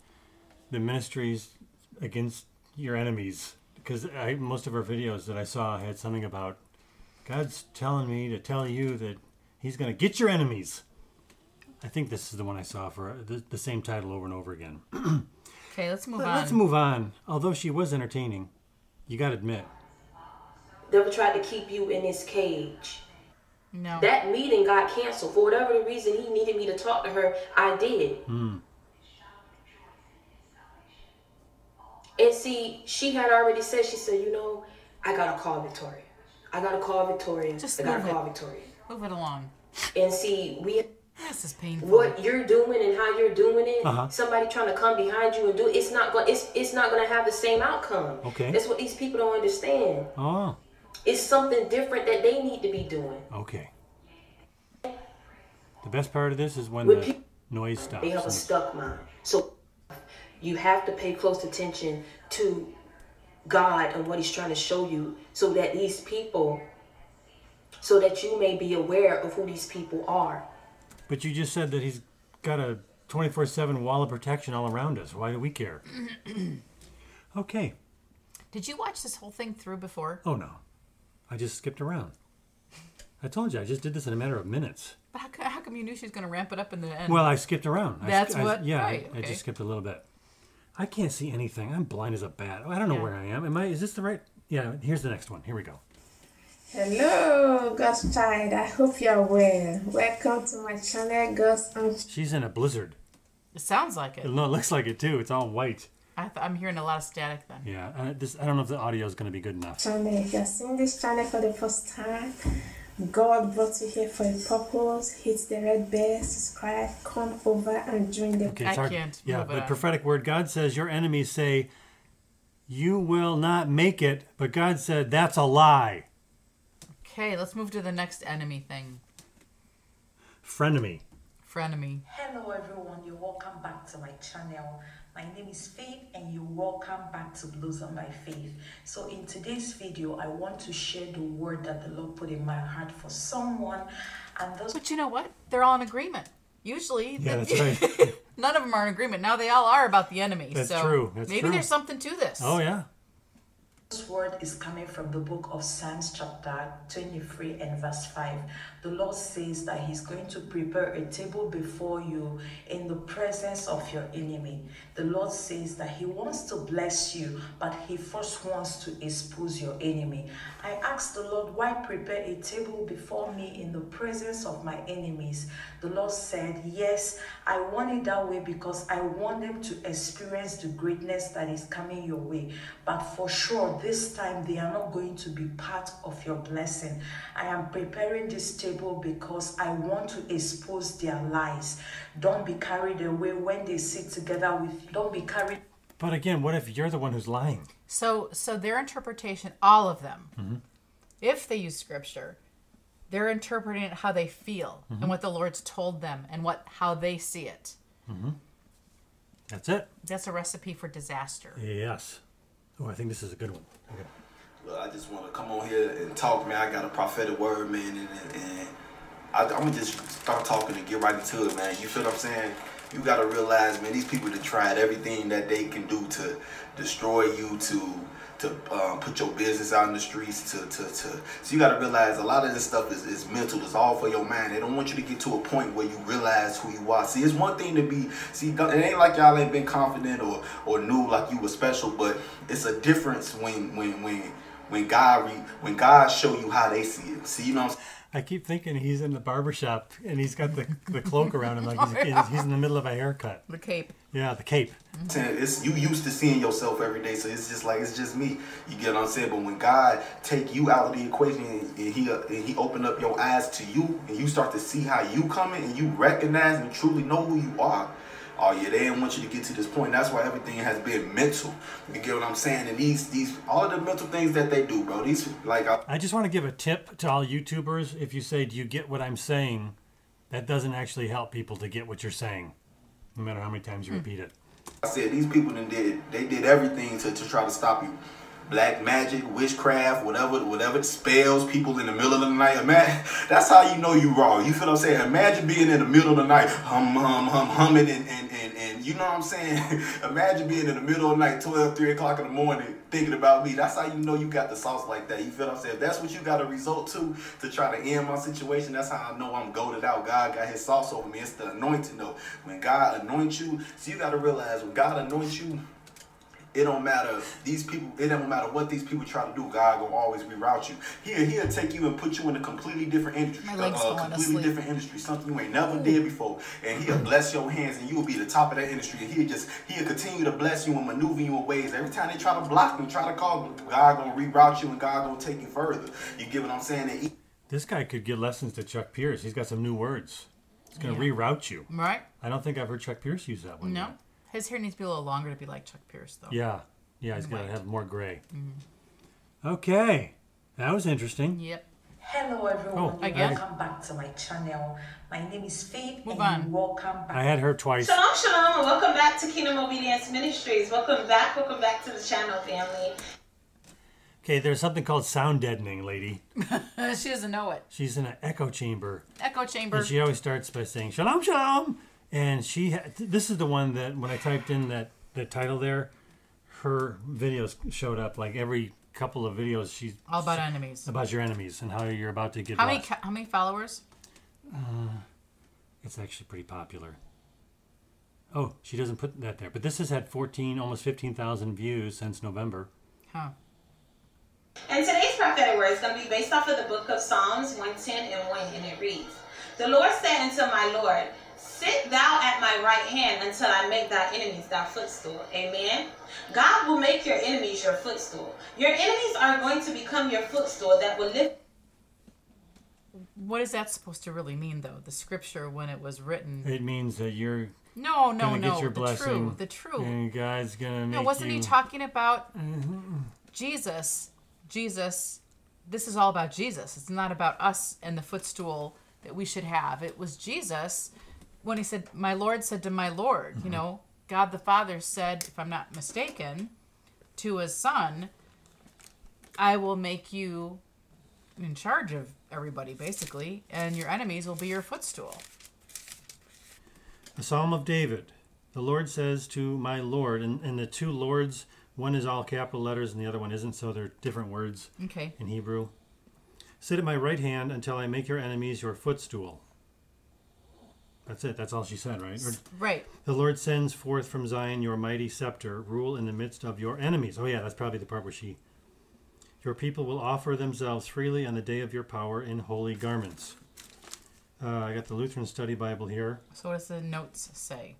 the Ministries Against Your Enemies. Because I, most of her videos that I saw had something about God's telling me to tell you that He's going to get your enemies. I think this is the one I saw for the, the same title over and over again.
Okay, let's move
But
on.
Let's move on. Although she was entertaining, You got to admit.
Devil tried to keep you in his cage.
No.
That meeting got canceled. For whatever the reason he needed me to talk to her, I did. And see, she had already said, she said, you know, I gotta call Victoria. I gotta call Victoria.
Just
I gotta
move it.
call Victoria.
Move it along. <clears throat>
And see, we
This is painful.
what you're doing and how you're doing it,
Uh-huh.
somebody trying to come behind you and do it's not going it's it's not gonna have the same outcome.
Okay.
That's what these people don't understand.
Oh,
It's something different that they need to be doing.
okay. The best part of this is when
Would
the
you-
noise
They have a
stops.
stuck mind. So you have to pay close attention to God and what He's trying to show you so that these people, so that you may be aware of who these people are.
But you just said that he's got a 24 7 wall of protection all around us. Why do we care? okay.
Did you watch this whole thing through before?
Oh, no. I just skipped around. I told you, I just did this in a matter of minutes.
But how, co- how come you knew she was going to ramp it up in the end?
Well, I skipped around. I sk-
That's
I,
what-
yeah, I-
right,
I,
okay.
just skipped a little bit. I can't see anything. I'm blind as a bat. I don't know
Yeah.
where I am. Am I? Is this the right? Yeah. Here's the next one. Here we go.
Hello, God's child. I hope you're well. Welcome to my channel, God's Unch-
She's in a blizzard.
it sounds like it.
No, it looks like it too. It's all white.
I th- I'm hearing a lot of static then.
Yeah. Uh, this. I don't know if the audio is going to be good enough.
channel. If you're seeing this channel for the first time, God brought you here for a purpose. Hit the red bell, subscribe, come over and join the.
Okay.
I
it's hard-
can't
Yeah.
move it
the
up.
prophetic word. God says your enemies say, "You will not make it," but God said that's a lie.
Okay, let's move to the next enemy thing.
Frenemy.
Frenemy.
Hello everyone, you're welcome back to my channel. My name is Faith and you're welcome back to Blossom by Faith. So in today's video, I want to share the word that the Lord put in my heart for someone and those
But you know what? They're all in agreement. Usually,
Yeah,
the-
that's right.
<laughs> none of them are in agreement. Now they all are about the enemy.
That's
so
true, that's
maybe
true.
there's something to this.
oh yeah.
This word is coming from the book of Psalms, chapter 23 and verse 5. The Lord says that He's going to prepare a table before you in the presence of your enemy. The Lord says that He wants to bless you, but He first wants to expose your enemy. I asked the Lord, Why prepare a table before me in the presence of my enemies? The Lord said, Yes, I want it that way because I want them to experience the greatness that is coming your way. But for sure, this time they are not going to be part of your blessing. I am preparing this table because I want to expose their lies. Don't be carried away when they sit together with Don't be carried
But again, what if you're the one who's lying? Mm-hmm.
So, so their interpretation, all of them, if they use scripture, they're interpreting it how they feel
Mm-hmm.
and what the Lord's told them and what how they see it.
Mm-hmm. That's it.
That's a recipe for disaster.
Yes. Oh, I think this is a good one. Okay.
Look, I just want to come on here and talk, man. I got a prophetic word, man, and, and, and I, I'm gonna just start talking and get right into it, man. You feel what I'm saying? You gotta realize, man, these people that tried everything that they can do to destroy you, to to um, put your business out in the streets, to, to, to. So you gotta realize a lot of this stuff is, is mental. It's all for your mind. They don't want you to get to a point where you realize who you are. See, it's one thing to be. See, it ain't like y'all ain't been confident or or knew like you were special, but it's a difference when when when when God re, when God show you how they see it. See, you know what I'm saying?
I keep thinking he's in the barber shop and he's got the, the cloak around him like
<laughs>
he's, he's, he's in the middle of a haircut.
The cape.
Yeah, the cape.
saying it's you used to seeing yourself every day so it's just like it's just me you get what i'm saying but when god take you out of the equation and he uh, and he open up your eyes to you and you start to see how you coming and you recognize and truly know who you are oh yeah they didn't want you to get to this point that's why everything has been mental you get what i'm saying and these these all the mental things that they do bro these like I,
I just want to give a tip to all YouTubers. If you say, Do you get what I'm saying? That doesn't actually help people to get what you're saying, no matter how many times you
Hmm.
repeat it.
I said these people done did they did everything to, to try to stop you. Black magic, witchcraft, whatever, whatever spells, people in the middle of the night. Imagine, that's how you know you wrong. You feel what I'm saying? Imagine being in the middle of the night, hum, hum, hum, humming, and, and, and, and you know what I'm saying? <laughs> Imagine being in the middle of the night, 12, 3 o'clock in the morning, thinking about me. That's how you know you got the sauce like that. You feel what I'm saying? If that's what you got to result to, to try to end my situation, that's how I know I'm goaded out. God got his sauce over me. It's the anointing, though. When God anoints you, so you got to realize when God anoints you, It don't matter these people. It don't matter what these people try to do. God gonna always reroute you. He'll he'll take you and put you in a completely different industry,
My legs
uh,
going to
completely
sleep.
different industry, something you ain't never did before. And he'll bless your hands, and you'll be the top of that industry. And he'll just he'll continue to bless you and maneuver you in ways. Every time they try to block you, try to call, God gonna reroute you, and God gonna take you further. You get what I'm saying? And
This guy could give lessons to Chuck Pierce. He's got some new words. It's going to reroute you.
Right?
I don't think I've heard Chuck Pierce use that one.
No.
yet.
His hair needs to be a little longer to be like Chuck Pierce, though.
Oh, Yeah. Yeah, he's going to have more gray. Okay. That was interesting.
Yep.
Hello everyone,
Oh, Again?
welcome back to my channel. My name is Faith
Move
and
on.
welcome back.
I had her twice.
Shalom, shalom. Welcome back to Kingdom Obedience Ministries. Welcome back. Welcome back to the channel, family.
Okay, there's something called sound deadening, lady.
<laughs> she doesn't know it.
She's in an echo chamber.
Echo chamber.
And she always starts by saying "Shalom, shalom," and she. Ha- th- this is the one that when I typed in that the title there, her videos showed up like every couple of videos. She's
All about enemies.
about your enemies and how you're about to get.
How many,
lost.
ca- how many followers?
It's actually pretty popular. Oh, she doesn't put that there, but this has had 14, almost 15,000 views since November.
Huh.
And today's prophetic word is going to be based off of the book of Psalms 110 and 1, and it reads The Lord said unto my Lord, Sit thou at my right hand until I make thy enemies thy footstool. Amen. God will make your enemies your footstool. Your enemies are going to become your footstool that will lift
What is that supposed to really mean, though? The scripture when it was written.
It means that you're
No, no,
gonna
no.
get your
the
blessing.
true. The true.
and God's gonna make
No, wasn't
you. Mm-hmm.
he talking about Jesus? Jesus, this is all about Jesus. It's not about us and the footstool that we should have. It was Jesus when he said, My Lord said to my Lord,
Mm-hmm.
you know, God the Father said, if I'm not mistaken, to his son, I will make you in charge of everybody, basically, and your enemies will be your footstool.
The Psalm of David. The Lord says to my Lord, and, and the two Lords, one is all capital letters and the other one isn't, so they're different words
Okay.
in Hebrew. Sit at my right hand until I make your enemies your footstool. That's it. That's all she said, right? Or,
Right.
the Lord sends forth from Zion your mighty scepter, rule in the midst of your enemies. Oh, yeah, that's probably the part where she. Your people will offer themselves freely on the day of your power in holy garments. Uh, I got the Lutheran Study Bible here.
So, what does the notes say?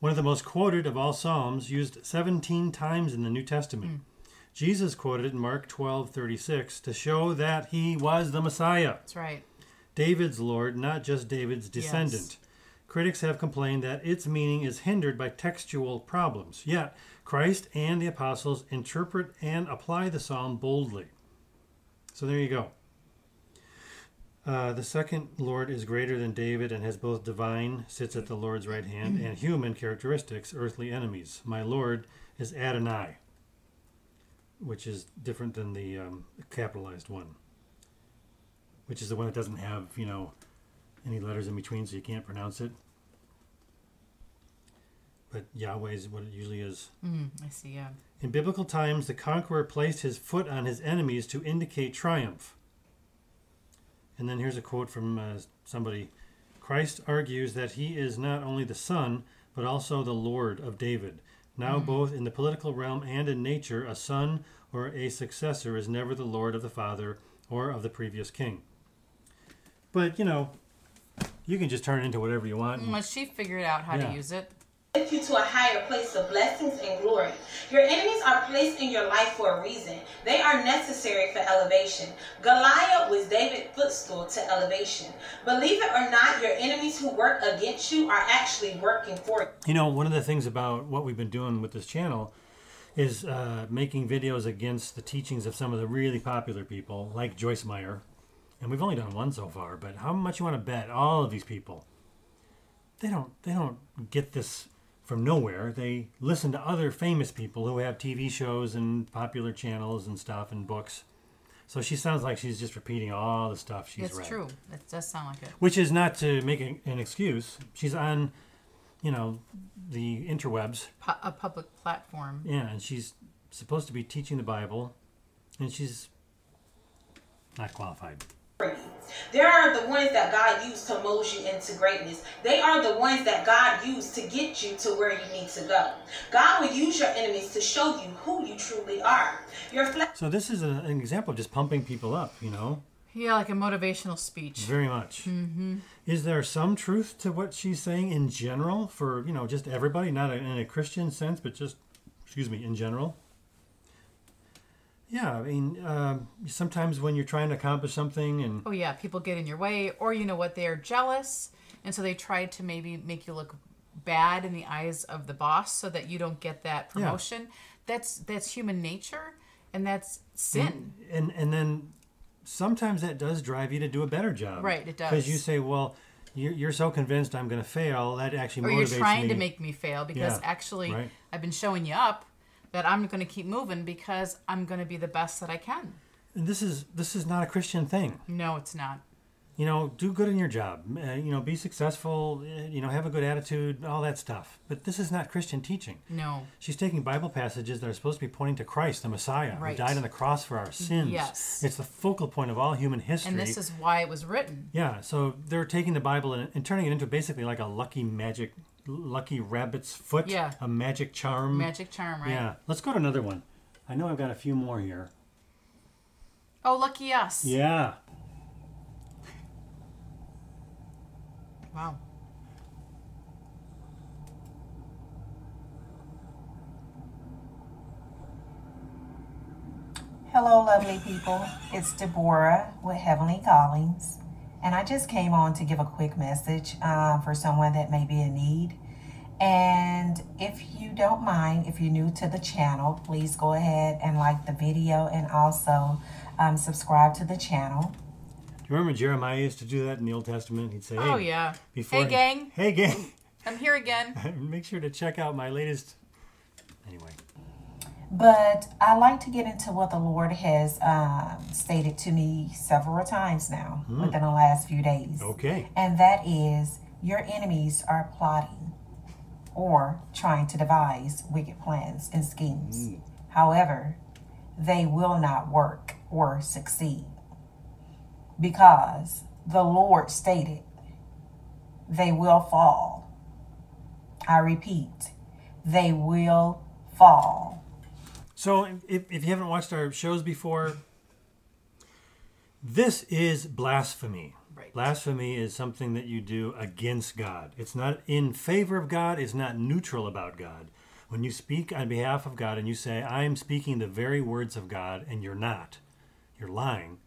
One of the most quoted of all Psalms, used 17 times in the New Testament. Jesus quoted it in Mark 12:36 to show that he was the Messiah,
That's right.
David's Lord, not just David's descendant. Critics have complained that its meaning is hindered by textual problems. Yet, Christ and the apostles interpret and apply the psalm boldly. So there you go. Uh, the second Lord is greater than David and has both divine, sits at the Lord's right hand, and human characteristics, earthly enemies. My Lord is Adonai, which is different than the um, capitalized one, which is the one that doesn't have, you know, any letters in between, so you can't pronounce it. But Yahweh is what it usually is.
Mm, I see, yeah.
In biblical times, the conqueror placed his foot on his enemies to indicate triumph. And then here's a quote from uh, somebody Christ argues that he is not only the Son, but also the Lord of David. Now, both in the political realm and in nature, a son or a successor is never the Lord of the Father or of the previous king. But, you know, you can just turn it into whatever you want. and-
Once she figured out how
Mm. Yeah.
to use it,
lift you to a higher place of blessings and glory. Your enemies are placed in your life for a reason. They are necessary for elevation. Goliath was David's footstool to elevation. Believe it or not, your enemies who work against you are actually working for you.
You know, one of the things about what we've been doing with this channel is uh, making videos against the teachings of some of the really popular people, like Joyce Meyer. And we've only done one so far, but how much you want to bet all of these people? They don't. They don't get this from nowhere. They listen to other famous people who have TV shows and popular channels and stuff and books. So she sounds like she's just repeating all the stuff she's
it's
read
true. It does sound like it.
which is not to make an an excuse. She's on, you know, the interwebs,
Pu- a public platform.
yeah, and she's supposed to be teaching the Bible, and she's not qualified.
They are the ones that God used to mold you into greatness. They are the ones that God used to get you to where you need to go. God will use your enemies to show you who you truly are. Your flesh
So this is a, an example of just pumping people up, you know,
Yeah, like a motivational speech.
very much.
Mm-hmm.
Is there some truth to what she's saying in general for, you know, just everybody, not in a Christian sense, but just, excuse me, in general? Yeah, I mean, um sometimes when you're trying to accomplish something and
Oh yeah, people get in your way, or you know what? They are jealous, and so they try to maybe make you look bad in the eyes of the boss, so that you don't get that
Yeah.
promotion. That's that's human nature, and that's sin.
Mm-hmm. And, and then sometimes that does drive you to do a better job.
Right, it
Because you
does.
say, well, you're, you're so convinced I'm going to fail that actually
or
motivates
you're trying
me.
to make me fail because
Yeah,
actually
right.
I've been showing you up that I'm going to keep moving because I'm going to be the best that I can.
And this is this is not a Christian thing.
No, it's not.
You know, do good in your job. Uh, you know, be successful. uh, You know, have a good attitude. All that stuff. But this is not Christian teaching.
No.
She's taking Bible passages that are supposed to be pointing to Christ, the Messiah,
Right.
who died on the cross for our sins.
Yes.
It's the focal point of all human history.
And this is why it was written.
Yeah, so they're taking the Bible and, and turning it into basically like a lucky magic, lucky rabbit's foot.
Yeah.
A magic charm.
Magic charm, right?
Mm. Yeah. Let's go to another one. I know I've got a few more here.
Oh, lucky us.
Yeah.
Wow.
Hello, lovely people. It's Deborah with Heavenly Callings, and I just came on to give a quick message um, for someone that may be in need. And if you don't mind, if you're new to the channel, please go ahead and like the video and also um, subscribe to the channel.
Do you remember Jeremiah used to do that in the Old Testament? He'd say,
Oh,
"Hey,
yeah.
Before
Hey, gang."
Hey
<laughs>
gang. <laughs>
I'm here again.
Make sure to check out my latest. Anyway.
But I like to get into what the Lord has um, stated to me several times now
Hmm.
within the last few days.
Okay.
And that is your enemies are plotting or trying to devise wicked plans and schemes. However, they will not work or succeed because the Lord stated they will fall. I repeat, they will fall.
So, if, if you haven't watched our shows before, this is blasphemy.
Right.
Blasphemy is something that you do against God. It's not in favor of God, it's not neutral about God. When you speak on behalf of God and you say, I am speaking the very words of God, and you're not, you're lying,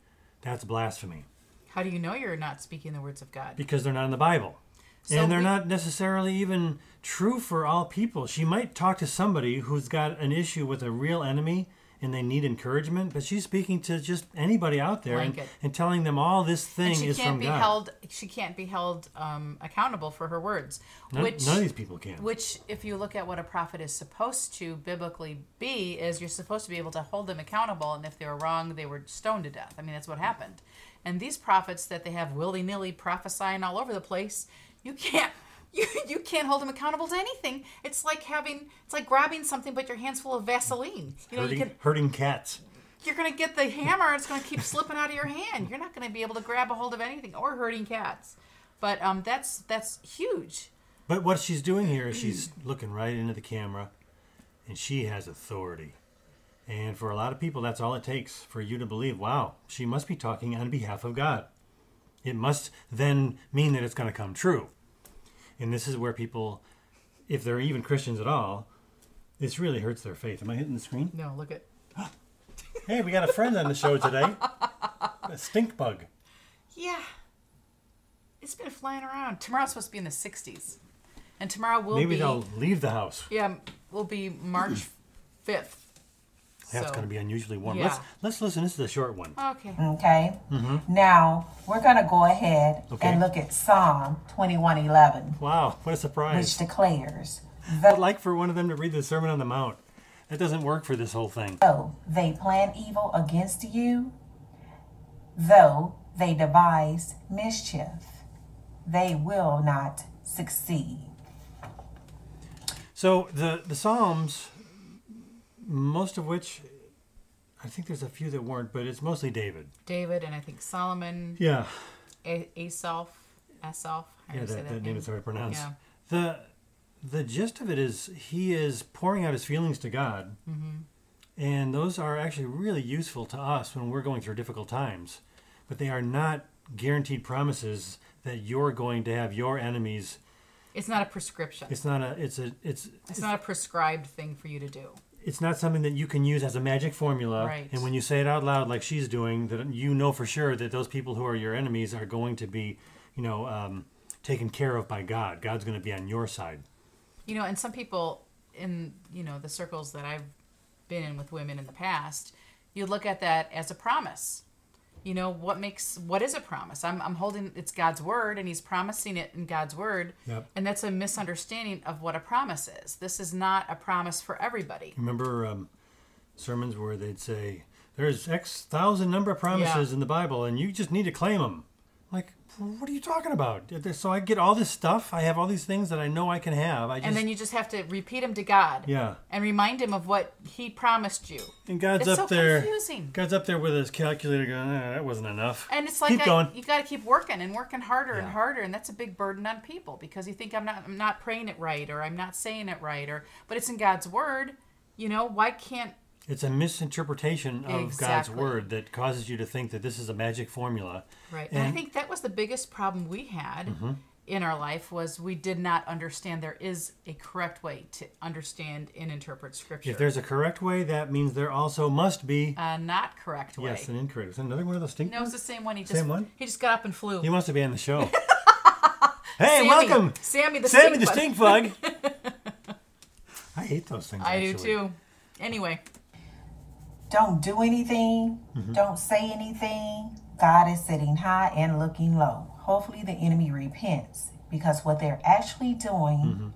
that's blasphemy
How do you know you're not speaking the words of God?
because they're not in the Bible.
So
and they're
we-
not necessarily even true for all people. She might talk to somebody who's got an issue with a real enemy and they need encouragement, but she's speaking to just anybody out there and,
Blanket.
and telling them all this
and
thing
she
is
can't
from
be
God.
held she can't be held um, accountable for her words
None-
which
none of these people can.
which if you look at what a prophet is supposed to biblically be is you're supposed to be able to hold them accountable and if they were wrong they were stoned to death i mean that's what happened and these prophets that they have willy-nilly prophesying all over the place you can't <laughs> you, you can't hold them accountable to anything it's like having it's like grabbing something but your hands full of vaseline you know you
hurting,
can
hurting cats.
you're gonna get the hammer and it's gonna keep slipping out of your hand you're not gonna be able to grab a hold of anything or hurting cats but um that's that's huge
But what she's doing here is
<clears throat>
she's looking right into the camera and she has authority. And for a lot of people, that's all it takes for you to believe, wow, she must be talking on behalf of God. It must then mean that it's going to come true. And this is where people, if they're even Christians at all, this really hurts their faith. Am I hitting the screen?
no look at
<gasps> Hey, we got a friend on the show today. A stink bug.
yeah it's been flying around tomorrow's supposed to be in the 60s and tomorrow will
Maybe
be
they'll leave the house.
yeah will be march <clears throat> 5th
Yeah, it's
So-
going to be unusually warm.
yeah.
Let's, let's listen. This is a short one.
okay
Okay.
Mm-hmm.
Now we're going to go ahead
Okay.
and look at Psalm 21:11,
Wow, what a surprise.
which declares,
I'd like for one of them to read the Sermon on the Mount. That doesn't work for this whole thing.
"Though they plan evil against you, though they devise mischief, they will not succeed."
So the the Psalms, most of which I think there's a few that weren't, but it's mostly David.
David and I think Solomon.
Yeah.
A- Asaph. Asaph. how do
Yeah,
you
that,
say
that, name is hard to pronounce.
Yeah.
The the gist of it is he is pouring out his feelings to God,
Mhm.
and those are actually really useful to us when we're going through difficult times. But they are not guaranteed promises that you're going to have your enemies.
It's not a prescription.
It's not a. It's a. It's
It's not a prescribed thing for you to do.
it's not something that you can use as a magic formula.
Right.
And when you say it out loud, like she's doing, that you know for sure that those people who are your enemies are going to be, you know, um, taken care of by God. God's going to be on your side.
You know, and some people in, you know, the circles that I've been in with women in the past, you look at that as a promise. You know, what makes what is a promise? I'm I'm holding it's God's word and he's promising it in God's word.
Yep.
And that's a misunderstanding of what a promise is. This is not a promise for everybody.
Remember um, sermons where they'd say, "There's X thousand number of promises
Yeah.
in the Bible, and you just need to claim them." Like, what are you talking about? So I get all this stuff. I have all these things that I know I can have. I just
and then you just have to repeat them to God
yeah.
and remind him of what he promised you.
And God's
it's
up
so
there.
confusing.
God's up there with his calculator going, "Ah, that wasn't enough.
And it's like
keep
I,
going.
you got to keep working and working harder and
Yeah.
harder, and that's a big burden on people because you think I'm not I'm not praying it right or I'm not saying it right or but it's in God's word, you know. Why can't
It's a misinterpretation of God's
Exactly.
word that causes you to think that this is a magic formula.
right? And,
And,
I think that was the biggest problem we had
Mhm.
in our life was we did not understand there is a correct way to understand and interpret scripture.
if there's a correct way, that means there also must be
a not correct way,
yes, an incorrect. Is that another one of those stink?
no, it's the same one. He just
Same one?
he just got up and flew.
He wants to be on the show.
<laughs>
hey,
Sammy.
welcome,
Sammy the
Sammy
stink
the
bug.
stink bug. I hate those things.
<laughs> I do
actually.
too. Anyway,
Don't do anything.
Mhm.
Don't say anything. God is sitting high and looking low. Hopefully, the enemy repents because what they're actually doing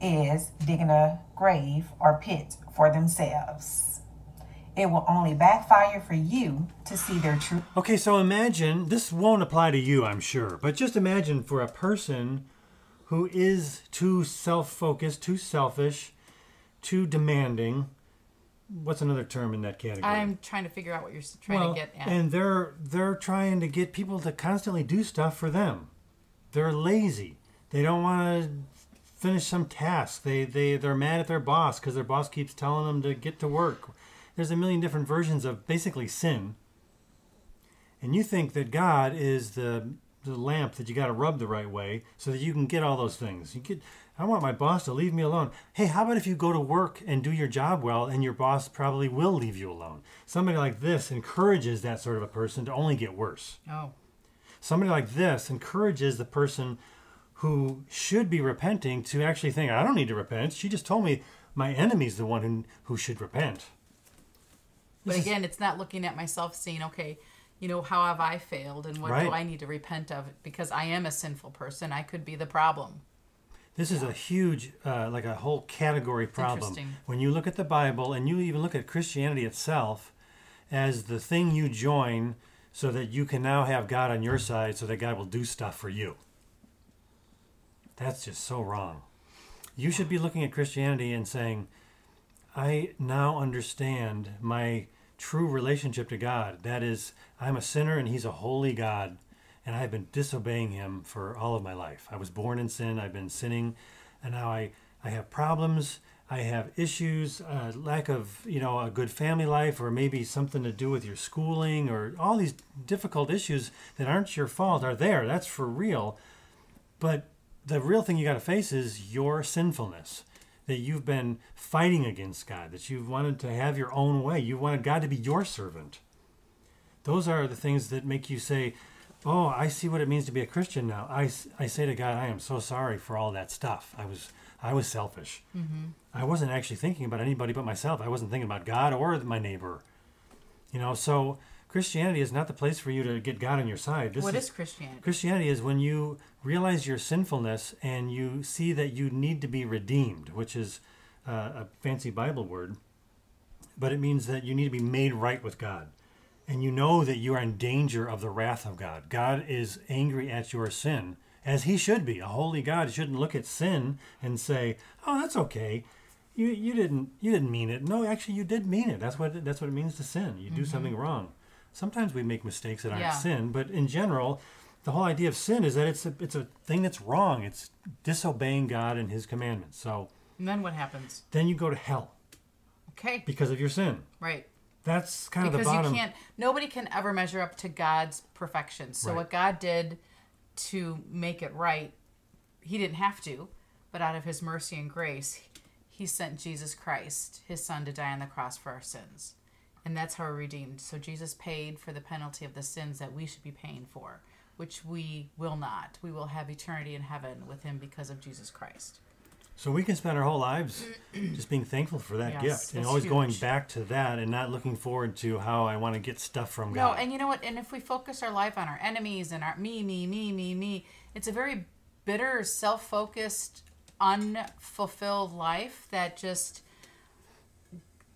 is digging a grave or pit for themselves. It will only backfire for you to see their true
Okay, so imagine this won't apply to you, I'm sure, but just imagine for a person who is too self focused, too selfish, too demanding. What's another term in that category?
I'm trying to figure out what you're s- trying
Well,
to get at.
And they're they're trying to get people to constantly do stuff for them. They're lazy. They don't want to finish some task. They they they're mad at their boss because their boss keeps telling them to get to work. There's a million different versions of basically sin. And you think that God is the the lamp that you got to rub the right way so that you can get all those things. You get I want my boss to leave me alone. Hey, how about if you go to work and do your job well and your boss probably will leave you alone? Somebody like this encourages that sort of a person to only get worse.
oh,
Somebody like this encourages the person who should be repenting to actually think, I don't need to repent. She just told me my enemy's the one who, who should repent.
but again, it's not looking at myself, saying, okay, you know, how have I failed, and what do
Right.
I need to repent of? Because I am a sinful person. I could be the problem.
This is a huge, uh, like a whole category problem.
interesting.
When you look at the Bible and you even look at Christianity itself as the thing you join so that you can now have God on your side so that God will do stuff for you. That's just so wrong. You should be looking at Christianity and saying, I now understand my true relationship to God. That is, I'm a sinner and He's a holy God, and I've been disobeying Him for all of my life. I was born in sin, I've been sinning, and now I, I have problems. I have issues, uh, lack of you know a good family life, or maybe something to do with your schooling, or all these difficult issues that aren't your fault are there. That's for real. But the real thing you got to face is your sinfulness that you've been fighting against God, that you've wanted to have your own way. You wanted God to be your servant. Those are the things that make you say, Oh, I see what it means to be a Christian now. I, s- I say to God, I am so sorry for all that stuff. I was, I was selfish.
Mhm.
I wasn't actually thinking about anybody but myself. I wasn't thinking about God or my neighbor. You know, so Christianity is not the place for you to get God on your side.
What
is
is Christianity?
Christianity is when you realize your sinfulness and you see that you need to be redeemed, which is uh, a fancy Bible word, but it means that you need to be made right with God. And you know that you are in danger of the wrath of God. God is angry at your sin, as he should be. A holy God shouldn't look at sin and say, oh, that's okay. you you didn't you didn't mean it. No, actually, you did mean it. That's what it- that's what it means to sin. You do
Mhm.
something wrong. Sometimes we make mistakes that aren't
Yeah.
sin, but in general, the whole idea of sin is that it's a it's a thing that's wrong. It's disobeying God and His commandments. So
And then what happens?
then you go to hell
Okay.
because of your sin.
Right.
That's kind of
because
the bottom.
you can't nobody can ever measure up to god's perfection so
Right.
what god did to make it right he didn't have to but out of his mercy and grace he sent jesus christ his son to die on the cross for our sins and that's how we're redeemed so jesus paid for the penalty of the sins that we should be paying for which we will not we will have eternity in heaven with him because of jesus christ
So we can spend our whole
<clears throat>
lives just being thankful for that
Yes,
gift and
that's
always going
huge.
back to that and not looking forward to how I want to get stuff from
No,
Oh, God.
and you know what? And if we focus our life on our enemies and our me, me, me, me, me, it's a very bitter, self focused, unfulfilled life that just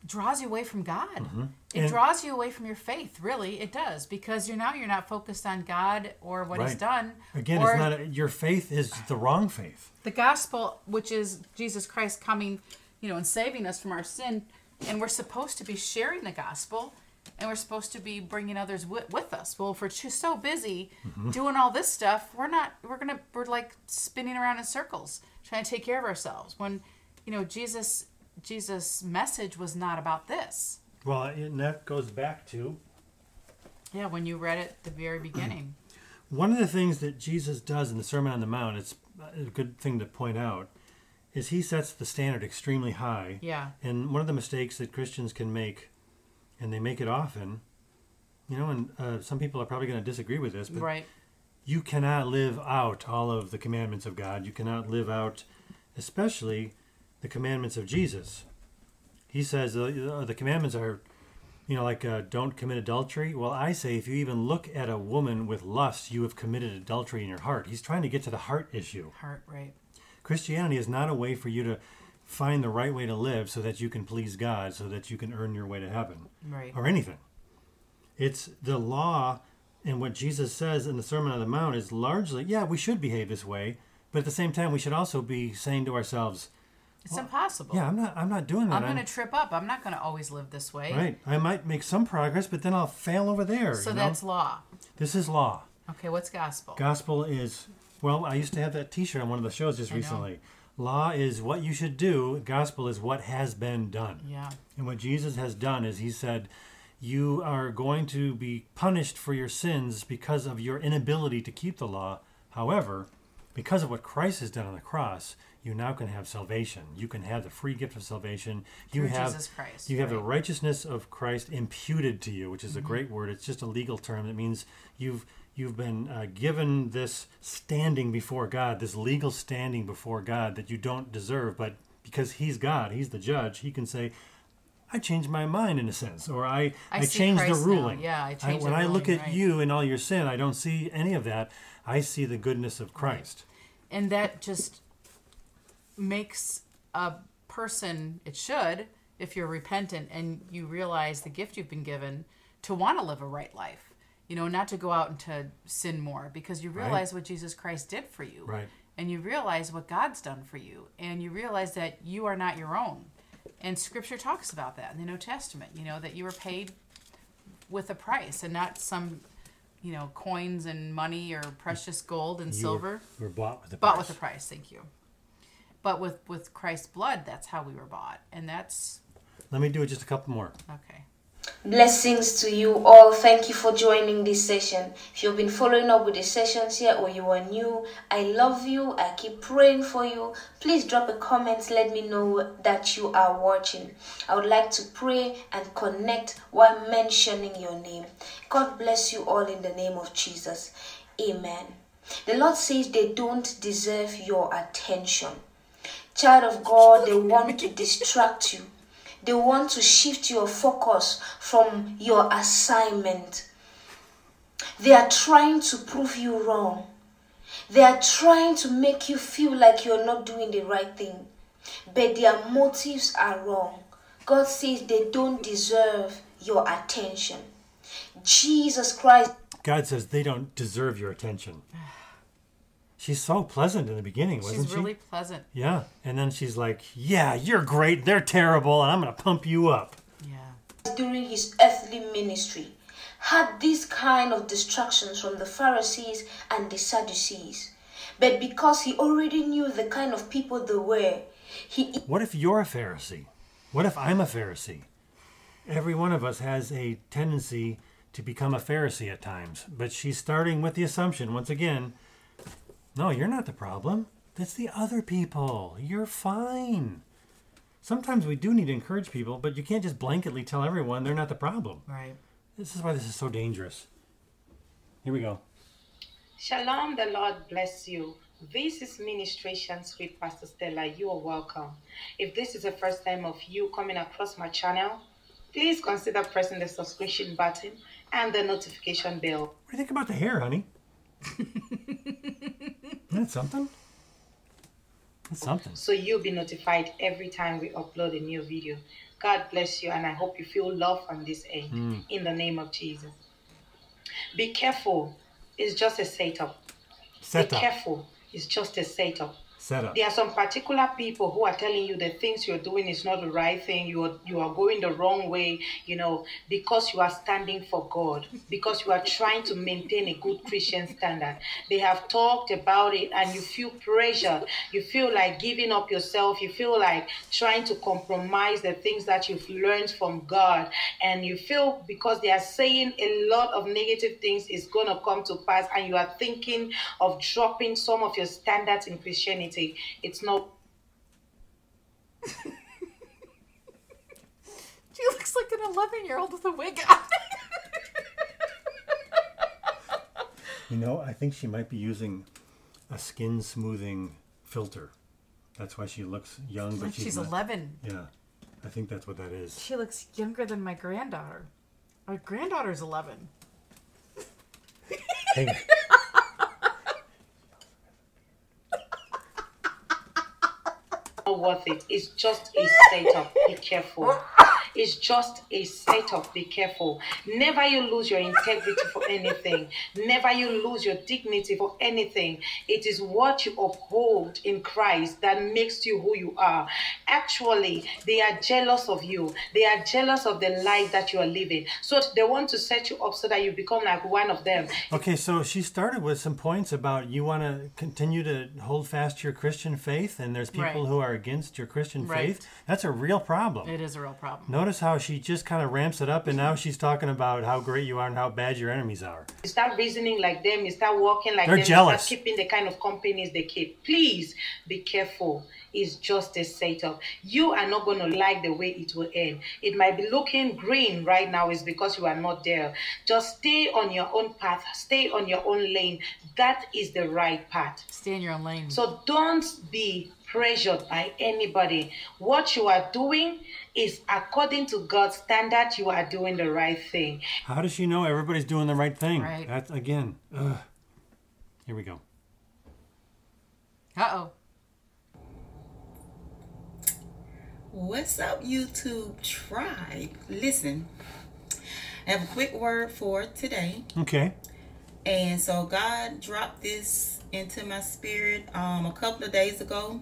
draws you away from God.
Mhm.
It
And-
draws you away from your faith, really. It does because you're now you're not focused on God or what He's
Right.
done.
Again,
or
it's not a, your faith is the wrong faith.
the gospel, which is Jesus Christ coming, you know, and saving us from our sin, and we're supposed to be sharing the gospel, and we're supposed to be bringing others with, with us. Well, if we're too so busy
Mm-hmm.
Mhm.
doing all this stuff, we're not. We're gonna. We're like spinning around in circles, trying to take care of ourselves. When, you know, Jesus, Jesus' message was not about this.
Well, and that goes back to
Yeah, when you read it at the very beginning.
one of the things that Jesus does in the Sermon on the Mount. It's a good thing to point out is he sets the standard extremely high.
Yeah.
And one of the mistakes that Christians can make, and they make it often, you know, and uh, some people are probably going to disagree with this, but
Right.
you cannot live out all of the commandments of God. You cannot live out, especially, the commandments of Jesus. He says the, uh, the commandments are, you know, like uh, don't commit adultery. Well, I say if you even look at a woman with lust, you have committed adultery in your heart. He's trying to get to the heart issue.
Heart, right.
Christianity is not a way for you to find the right way to live so that you can please God, so that you can earn your way to heaven
Right.
or anything. It's the law and what Jesus says in the Sermon on the Mount is largely, yeah, we should behave this way, but at the same time, we should also be saying to ourselves,
It's impossible.
yeah, I'm not, I'm not doing that.
I'm gonna trip up. I'm not gonna always live this way.
right. I might make some progress, but then I'll fail over there.
So
you know?
that's law.
this is law.
Okay, what's gospel?
Gospel is well, I used to have that T-shirt on one of the shows just
I know.
recently. Law is what you should do. Gospel is what has been done.
Yeah.
And what Jesus has done is he said, You are going to be punished for your sins because of your inability to keep the law. However, because of what Christ has done on the cross, you now can have salvation. You can have the free gift of salvation. You
Through
have
Jesus Christ,
You have the righteousness of Christ imputed to you, which is
Mhm.
a great word. It's just a legal term that means you've you've been uh, given this standing before God, this legal standing before God that you don't deserve, but because He's God, He's the judge, He can say, I changed my mind in a sense, or I
I
I,
see
changed
Christ
the
now.
ruling.
Yeah, I changed the
when I look
ruling,
at
right.
you and all your sin, I don't see any of that. I see the goodness of Christ.
And that just makes a person, it should, if you're repentant and you realize the gift you've been given, to want to live a right life. You know, not to go out and to sin more because you
Right.
realize what Jesus Christ did for you.
Right.
And you realize what God's done for you. And you realize that you are not your own. And scripture talks about that in the New Testament, you know, that you were paid with a price and not some, you know, coins and money or precious gold and
You
silver.
were- were bought with a
Bought
price.
with a price, thank you. But with with Christ's blood, that's how we were bought. And that's
Let me do it just a couple more.
okay.
Blessings to you all. Thank you for joining this session. If you've been following up with the sessions here or you are new, I love you. I keep praying for you. Please drop a comment. Let me know that you are watching. I would like to pray and connect while mentioning your name. God bless you all in the name of Jesus. Amen. The Lord says they don't deserve your attention. Child of God, they want to distract you. They want to shift your focus from your assignment. They are trying to prove you wrong. They are trying to make you feel like you're not doing the right thing. But their motives are wrong. God says they don't deserve your attention. Jesus Christ
<sighs>
God says they don't deserve your attention. she's so pleasant in the beginning, wasn't
She's
she?
really pleasant.
yeah, and then she's like, "Yeah, you're great. They're terrible, and I'm gonna pump you up."
during his earthly ministry had these kind of distractions from the Pharisees and the Sadducees. But because he already knew the kind of people they were, he
What if you're a Pharisee? What if I'm a Pharisee? Every one of us has a tendency to become a Pharisee at times, but she's starting with the assumption once again no, you're not the problem. That's the other people. You're fine. Sometimes we do need to encourage people, but you can't just blanketly tell everyone they're not the problem.
Right.
This is why this is so dangerous. Here we go.
Shalom, the Lord bless you. This is Ministrations with Pastor Stella. You are welcome. If this is the first time of you coming across my channel, please consider pressing the subscription button and the notification bell.
What do you think about the hair, honey? <laughs> Isn't that something? That's something.
So you'll be notified every time we upload a new video. God bless you, and I hope you feel love from this end.
Mm.
In the name of Jesus. Be careful. It's just a setup. Be
Setup.
careful. It's just a setup.
Setup.
There are some particular people who are telling you the things you're doing is not the right thing. You are you are going the wrong way, you know, because you are standing for God, because you are trying to maintain a good Christian standard. They have talked about it and you feel pressured. You feel like giving up yourself. You feel like trying to compromise the things that you've learned from God. And you feel because they are saying a lot of negative things is going to come to pass and you are thinking of dropping some of your standards in Christianity. It's not
She <laughs> looks like an 11 year old with a wig on.
You know, I think she might be using a skin smoothing filter. That's why she looks young, but
Like
she's,
<laughs> she's
not.
11.
Yeah, I think that's what that is.
She looks younger than my granddaughter. Our granddaughter's
<laughs>
11.
Hang on.
not worth it. It's just a setup. Be careful. It's just a setup. Be careful. Never you lose your integrity for anything. Never you lose your dignity for anything. It is what you uphold in Christ that makes you who you are. Actually, they are jealous of you. They are jealous of the life that you are living. So they want to set you up so that you become like one of them.
Okay, so she started with some points about you want to continue to hold fast to your Christian faith, and there's people
Right.
who are against your Christian
Right.
faith. That's a real problem.
It is a real problem.
Notice how she just kind of ramps it up, and now she's talking about how great you are and how bad your enemies are.
You start reasoning like them, you start walking like
They're
them,
jealous.
you start keeping the kind of companies they keep. Please be careful. It's just a setup. You are not going to like the way it will end. It might be looking green right now, it's because you are not there. Just stay on your own path, stay on your own lane. That is the right path.
Stay in your own lane.
So don't be pressured by anybody. What you are doing is according to God's standard, you are doing the right thing.
How does she know everybody's doing the right thing?
Right.
That's again. Ugh. Here we go.
Uh oh.
What's up, YouTube tribe? Listen, I have a quick word for today.
Okay.
And so God dropped this into my spirit um, a couple of days ago.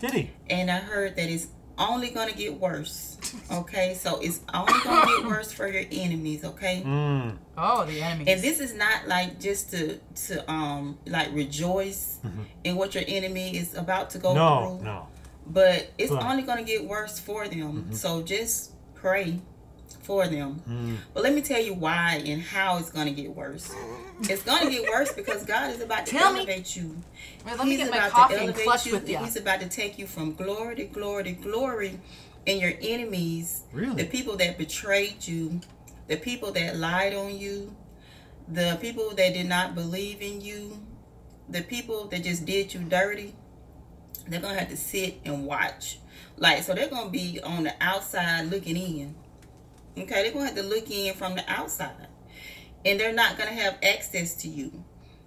Did he?
And I heard that it's only going to get
<laughs>
worse. Okay, so it's only going to get worse for your enemies, okay?
<laughs>
Mm.
Oh, the enemies.
And this is not like just to to um like rejoice in what your enemy is about to go
No,
through.
no.
But it's
Right.
only going to get worse for them.
Mhm.
So just pray for them.
Mm.
But let me tell you why and how it's going to get worse. It's going to get worse because God is about to
Tell me.
elevate you.
Wait, let me get my coffee and clutch with ya.
He's about to take you from glory to glory to glory and your enemies,
Really?
the people that betrayed you, the people that lied on you, the people that did not believe in you, the people that just did you dirty, they're going to have to sit and watch. Like, so they're going to be on the outside looking in. Okay, they're going to have to look in from the outside. And they're not going to have access to you.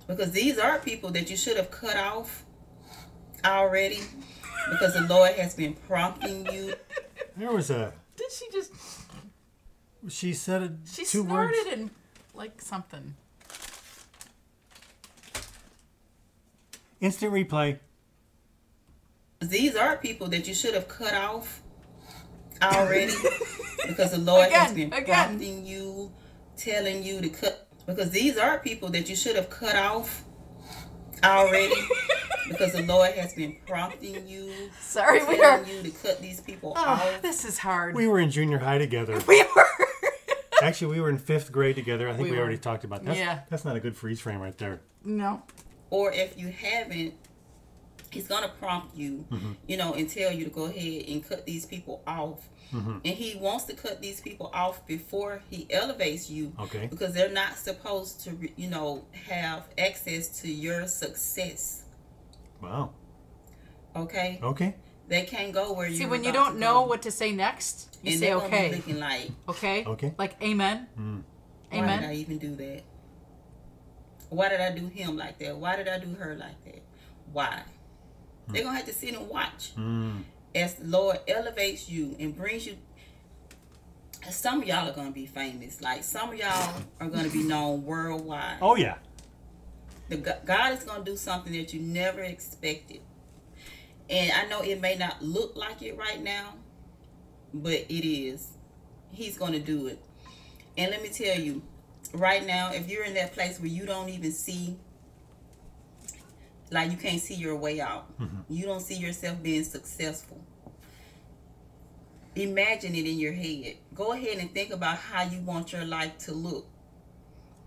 Because these are people that you should have cut off already. Because the Lord has been prompting you.
There was a.
Did she just.
She said it.
She
two words.
snorted and like something.
Instant replay.
These are people that you should have cut off
<laughs>
already because the Lord has been
again.
prompting you, telling you to cut. Because these are people that you should have cut off
<laughs>
already because the Lord has been prompting you.
Sorry, we
telling
are-
you to cut these people off.
Oh, this is hard.
We were in junior high
<laughs>
together. we were. Actually, we were in fifth grade together. I think
We
we,
were.
already talked about that. That's-
Yeah.
That's not a good freeze frame right there.
No.
Or if you haven't, He's gonna prompt you,
Mhm.
you know, and tell you to go ahead and cut these people off.
Mhm.
And he wants to cut these people off before he elevates you.
Okay.
Because they're not supposed to, re- you know, have access to your success.
Wow.
Okay.
Okay.
They can't go where you.
See, when you don't know what to say next, you
And
say
they're gonna be
okay.
looking like-
okay.
Okay.
Like amen.
Mm.
Why
Amen.
did I even do that? Why did I do him like that? Why did I do her like that? Why?
Hmm.
They're gonna have to sit and watch
Mm.
as the Lord elevates you and brings you. Some of y'all are gonna be famous. Like some of y'all are gonna be known worldwide.
Oh yeah.
The Go- God is gonna do something that you never expected. And I know it may not look like it right now, but it is. He's gonna do it. And let me tell you, right now, if you're in that place where you don't even see, like you can't see your way out,
Mhm.
you don't see yourself being successful. Imagine it in your head. Go ahead and think about how you want your life to look.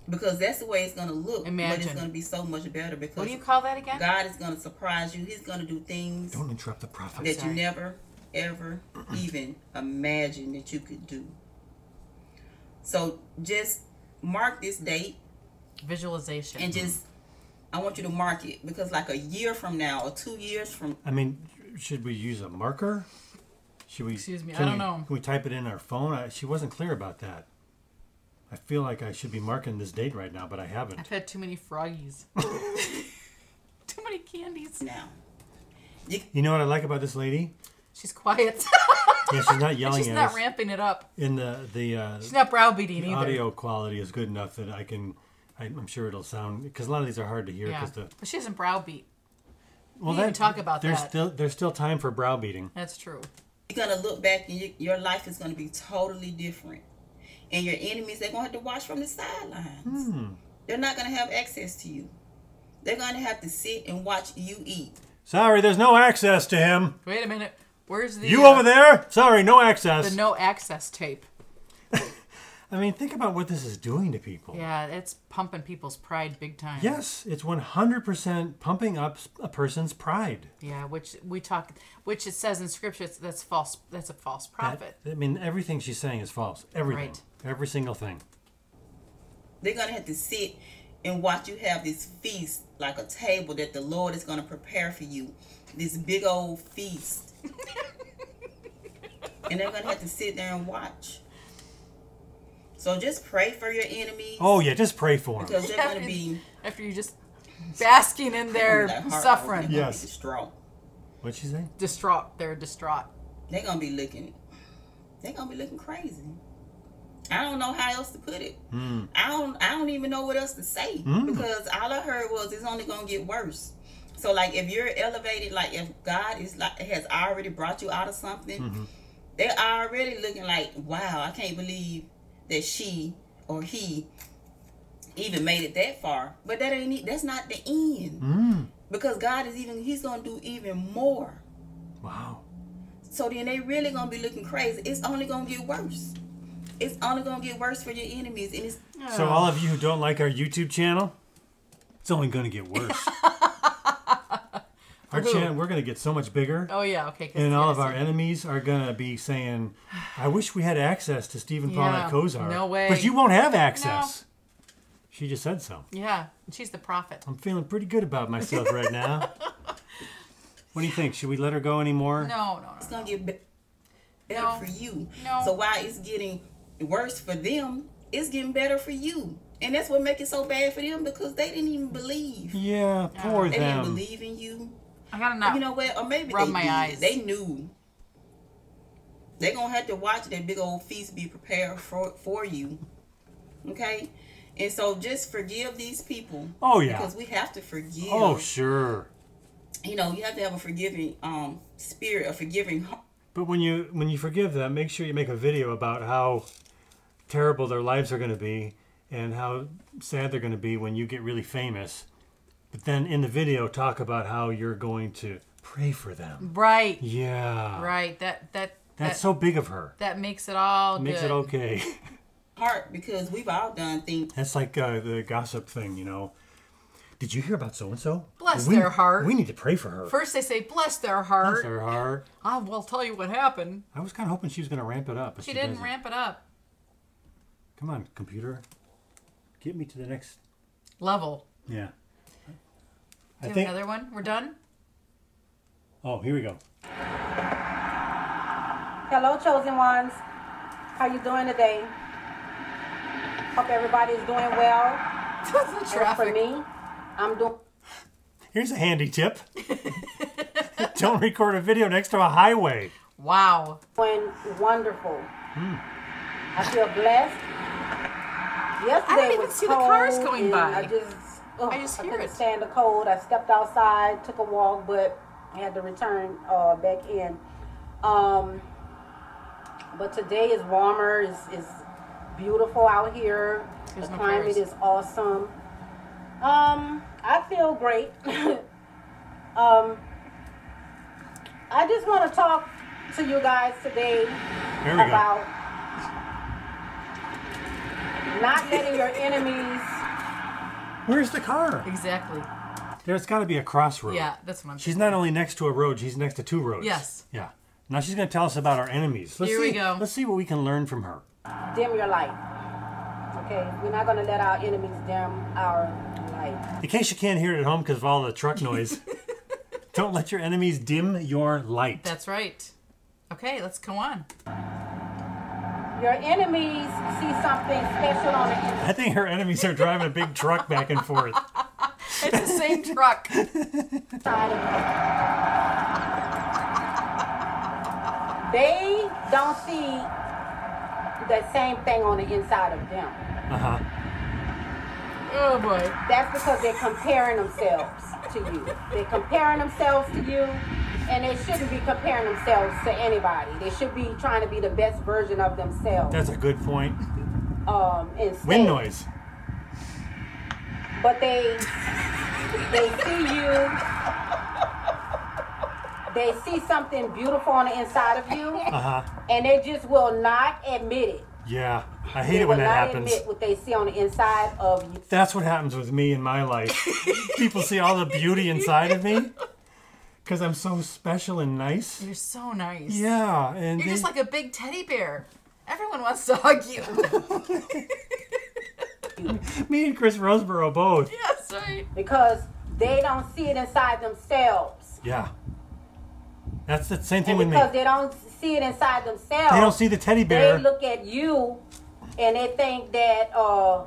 Because that's the way it's gonna look. But
Imagine.
it's gonna be so much better because
What do you call that again?
God is gonna surprise you. He's gonna do things
Don't interrupt the prophet.
that you never ever <clears throat> even imagined that you could do. So just mark this date.
Visualization.
And just I want you to mark it because like a year from now or two years from
I mean, should we use a marker? Should we?
Excuse me, I
can
don't
we-
know.
Can we type it in our phone? I, she wasn't clear about that. I feel like I should be marking this date right now, but I haven't.
I've had too many
<laughs>
froggies. <laughs> too many candies.
Now.
You know what I like about this
<laughs>
lady?
She's quiet. <laughs>
Yeah, she's not yelling
She's
at
not
us.
ramping it up.
In the the uh,
She's not browbeating
the
either.
Audio quality is good enough that I can. I, I'm sure it'll sound because a lot of these are hard to hear
yeah.
because the
But she doesn't browbeat.
well
we didn't
that,
even talk about
there's
that.
still there's still time for browbeating.
That's true.
you're gonna look back and you, your life is gonna be totally different. And your enemies, they're gonna have to watch from the sidelines.
Mm-hmm.
Hmm.
They're not gonna have access to you. They're gonna have to sit and watch you eat.
Sorry, there's no access to him.
Wait a minute. Where's the
you
uh,
over there? Sorry, no access.
The no access tape.
I mean, think about what this is doing to people.
Yeah, it's pumping people's pride big time.
Yes, it's 100% pumping up a person's pride.
Yeah, which we talk, which it says in scripture, it's, that's false. That's a false
That- <laughs>
prophet.
I mean, everything she's saying is false. Everything.
Right.
Every single thing.
They're gonna have to sit and watch you have this feast, like a table that the Lord is gonna prepare for you. This big old feast. and they're gonna have to sit there and watch. So just pray for your enemies.
Oh, yeah, just pray for them.
Because they're gonna be
after you just basking in their
That heart
suffering.
opening.
Yes.
Distraught.
What'd she say?
Distraught. They're distraught.
They're gonna be looking. They're gonna be looking crazy. I don't know how else to put it.
Hmm.
I don't I don't even know what else to say
Mm.
because all I heard was it's only gonna get worse. So like if you're elevated, like if God is like has already brought you out of something,
Mhm.
they're already looking like, wow, I can't believe that she or he even made it that far. But that ain't it. that's not the end
Mm.
because God is even He's gonna do even more.
Wow.
So then they really gonna be looking crazy. It's only gonna get worse. It's only gonna get worse for your enemies, and it's
So, all of you who don't like our YouTube channel, it's only going to get
<laughs>
worse. our
Who?
channel, we're going to get so much bigger.
Oh yeah. Okay. 'cause
And all
yeah,
of our
so-
enemies are going to be saying, I wish we had access to Stephen Paul
Yeah,
and Kozar.
no way.
But you won't have
No.
access. She just said so.
Yeah, she's the prophet.
I'm feeling pretty good about myself right
<laughs>
now. what do you think? Should we let her go anymore?
No, no, no.
It's gonna get be- better for you.
No.
So while it's getting worse for them, it's getting better for you, and that's what makes it so bad for them because they didn't even believe.
Yeah, poor
they
them.
didn't believe in you.
I gotta not.
You know what? Or maybe
rub
they
my
did.
eyes.
They knew. They gonna have to watch that big old feast be prepared for for you. Okay, and so just forgive these people.
Oh, yeah.
Because we have to forgive.
oh, sure.
you know, you have to have a forgiving um spirit, a forgiving heart.
But when you when you forgive them, make sure you make a video about how terrible their lives are going to be and how sad they're going to be when you get really famous. But then in the video, talk about how you're going to pray for them.
Right.
Yeah.
Right. That that
That's
that-
so big of her.
That makes it all
Makes
good.
it okay.
Heart because we've all done things.
<laughs> That's like uh, the gossip thing, you know. Did you hear about so and so?
Bless their heart.
We need to pray for her.
First they say, "Bless their heart." Oh,
Bless her heart.
I will tell you what happened.
I was kind of hoping she was going to ramp it up, but she,
She didn't
doesn't.
ramp it up.
Come on, computer. Get me to the next.
Level.
Yeah.
Do
I
you have
think.
another one? We're done.
Oh, here we go.
Hello, chosen ones. How you doing today? Hope everybody is doing
<laughs>
well. And for
traffic.
me, I'm doing.
Here's a handy tip. <laughs> Don't record a video next to a highway. Hmm.
Wow.
Doing wonderful. I feel blessed. Yesterday
even
was
see the cars
cold,
going
and
by.
I just, ugh, I
just hear
couldn't
it.
stand the cold. I stepped outside, took a walk, but I had to return uh, back in. Um, but today is warmer. It's, it's beautiful out here.
There's
the
no
climate
cars.
is awesome. Um, I feel great. <laughs> um, I just want to talk to you guys today
Here we go.
about not letting your enemies.
Where's the car?
Exactly.
There's got to be a crossroad.
Yeah, that's what I'm.
She's not only next to a road, she's next to two roads.
Yes.
Yeah. Now she's going to tell us about our enemies. Let's
Here we
see,
go.
Let's see what we can learn from her.
dim your light. Okay, we're not gonna let our enemies dim our light.
In case you can't hear it at home because of all the truck
<laughs>
noise, don't let your enemies dim your light.
That's right. Okay, let's go on.
Your enemies see something special on the
I think her enemies are driving a big truck back and forth.
It's the same truck.
inside of you. They don't see the same thing on the inside of them.
Uh huh.
Oh boy. That's because they're comparing themselves to you. They're comparing themselves to you, and they shouldn't be comparing themselves to anybody. They should be trying to be the best version of themselves.
That's a good point.
um, instead.
Wind noise.
But they they see you. They see something beautiful on the inside of you,
Uh huh.
and they just will not admit it.
Yeah. I
they
hate it
will
when that
not
happens.
admit what they see on the inside of you.
That's what happens with me in my life. People see all the beauty inside of me because I'm so special and
<laughs>
nice.
You're so nice.
Yeah, and
you're just
they-
like a big teddy bear. Everyone wants to <laughs> hug you.
Me and Chris Roseborough both.
Yes, right.
Because they don't see it inside themselves.
Yeah. That's the same thing
And
with me.
because they don't see it inside themselves,
They don't see the teddy bear.
They look at you, and they think that uh,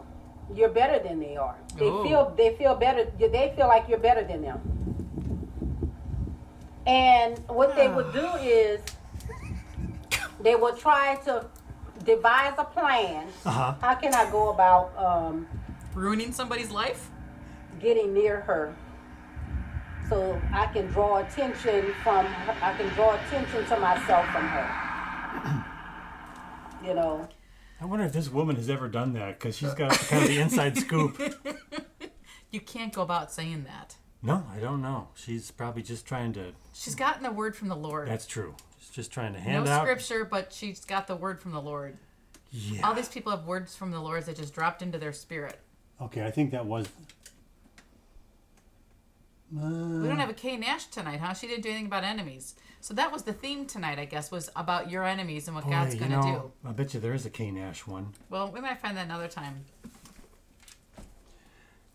you're better than they are. They
Oh.
Ooh.
feel they feel better. They feel like you're better than them. And what they will do is they will try to devise a plan.
Uh-huh.
How can I go about um,
Ruining somebody's life?
getting near her so I can draw attention from her, I can draw attention to myself from her. <clears throat> You know,
I wonder if this woman has ever done that because she's got kind of the
<laughs>
inside scoop.
You can't go about saying that.
No, I don't know. She's probably just trying to.
She's gotten the word from the Lord.
That's true. She's just trying to
no
hand out.
scripture, but she's got the word from the Lord.
Yeah.
All these people have words from the Lord that just dropped into their spirit.
Okay, I think that was.
we don't have a Kay Nash tonight, huh? She didn't do anything about enemies. So that was the theme tonight, I guess, was about your enemies and what God's going to do.
I bet you there is a K Nash one.
Well, we might find that another time.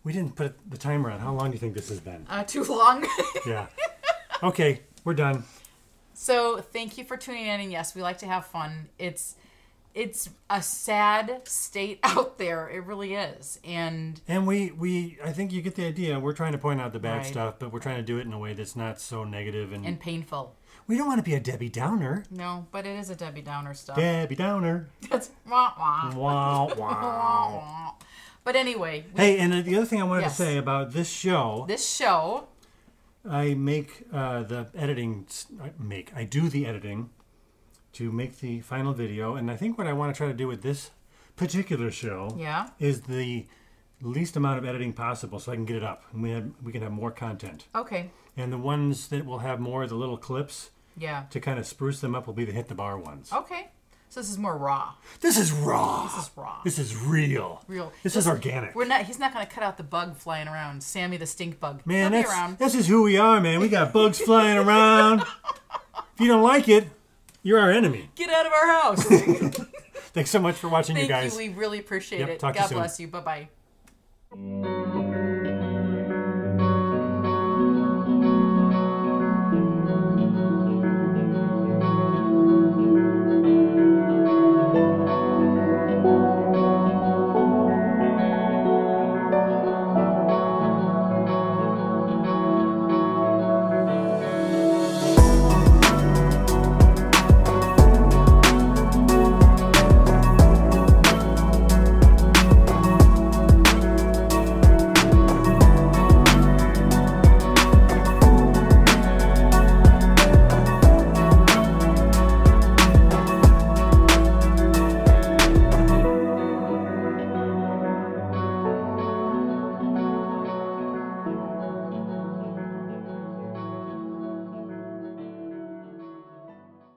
We didn't put the timer on. How long do you think this has
<laughs>
been?
Uh, too long.
yeah. Okay, we're done.
So thank you for tuning in. And yes, we like to have fun. It's it's a sad state <laughs> out there. It really is. And
And we, we, I think you get the idea. We're trying to point out the bad
Right.
stuff, but we're trying to do it in a way that's not so negative and.
and painful.
we don't want to be a Debbie Downer.
No, but it is a Debbie Downer stuff.
Debbie Downer.
<laughs> That's wah wah. <laughs>
Wow, wow.
But anyway, we- <laughs>
Hey, and the other thing I wanted
Yes.
to say about this show
this show
I make uh, the editing. s- I Make I do the editing to make the final video, and I think what I want to try to do with this particular show,
Yeah.
is the least amount of editing possible, so I can get it up, and we have, we can have more content.
Okay.
And the ones that will have more of the little clips
Yeah.
to kind of spruce them up will be the hit the bar ones.
Okay. So this is more raw.
This is raw.
This is raw.
This is real.
Real.
This is organic.
We're not. He's not going to cut out the bug flying around. Sammy the stink bug.
Man,
He'll be
that's,
around.
this is who we are, man. We got bugs flying around. If you don't like it, you're our enemy.
Get out of our house.
<laughs> Thanks so much for watching,
Thank
you guys.
you. We really appreciate
Yep,
it.
talk to you
God
soon.
bless you. Bye bye.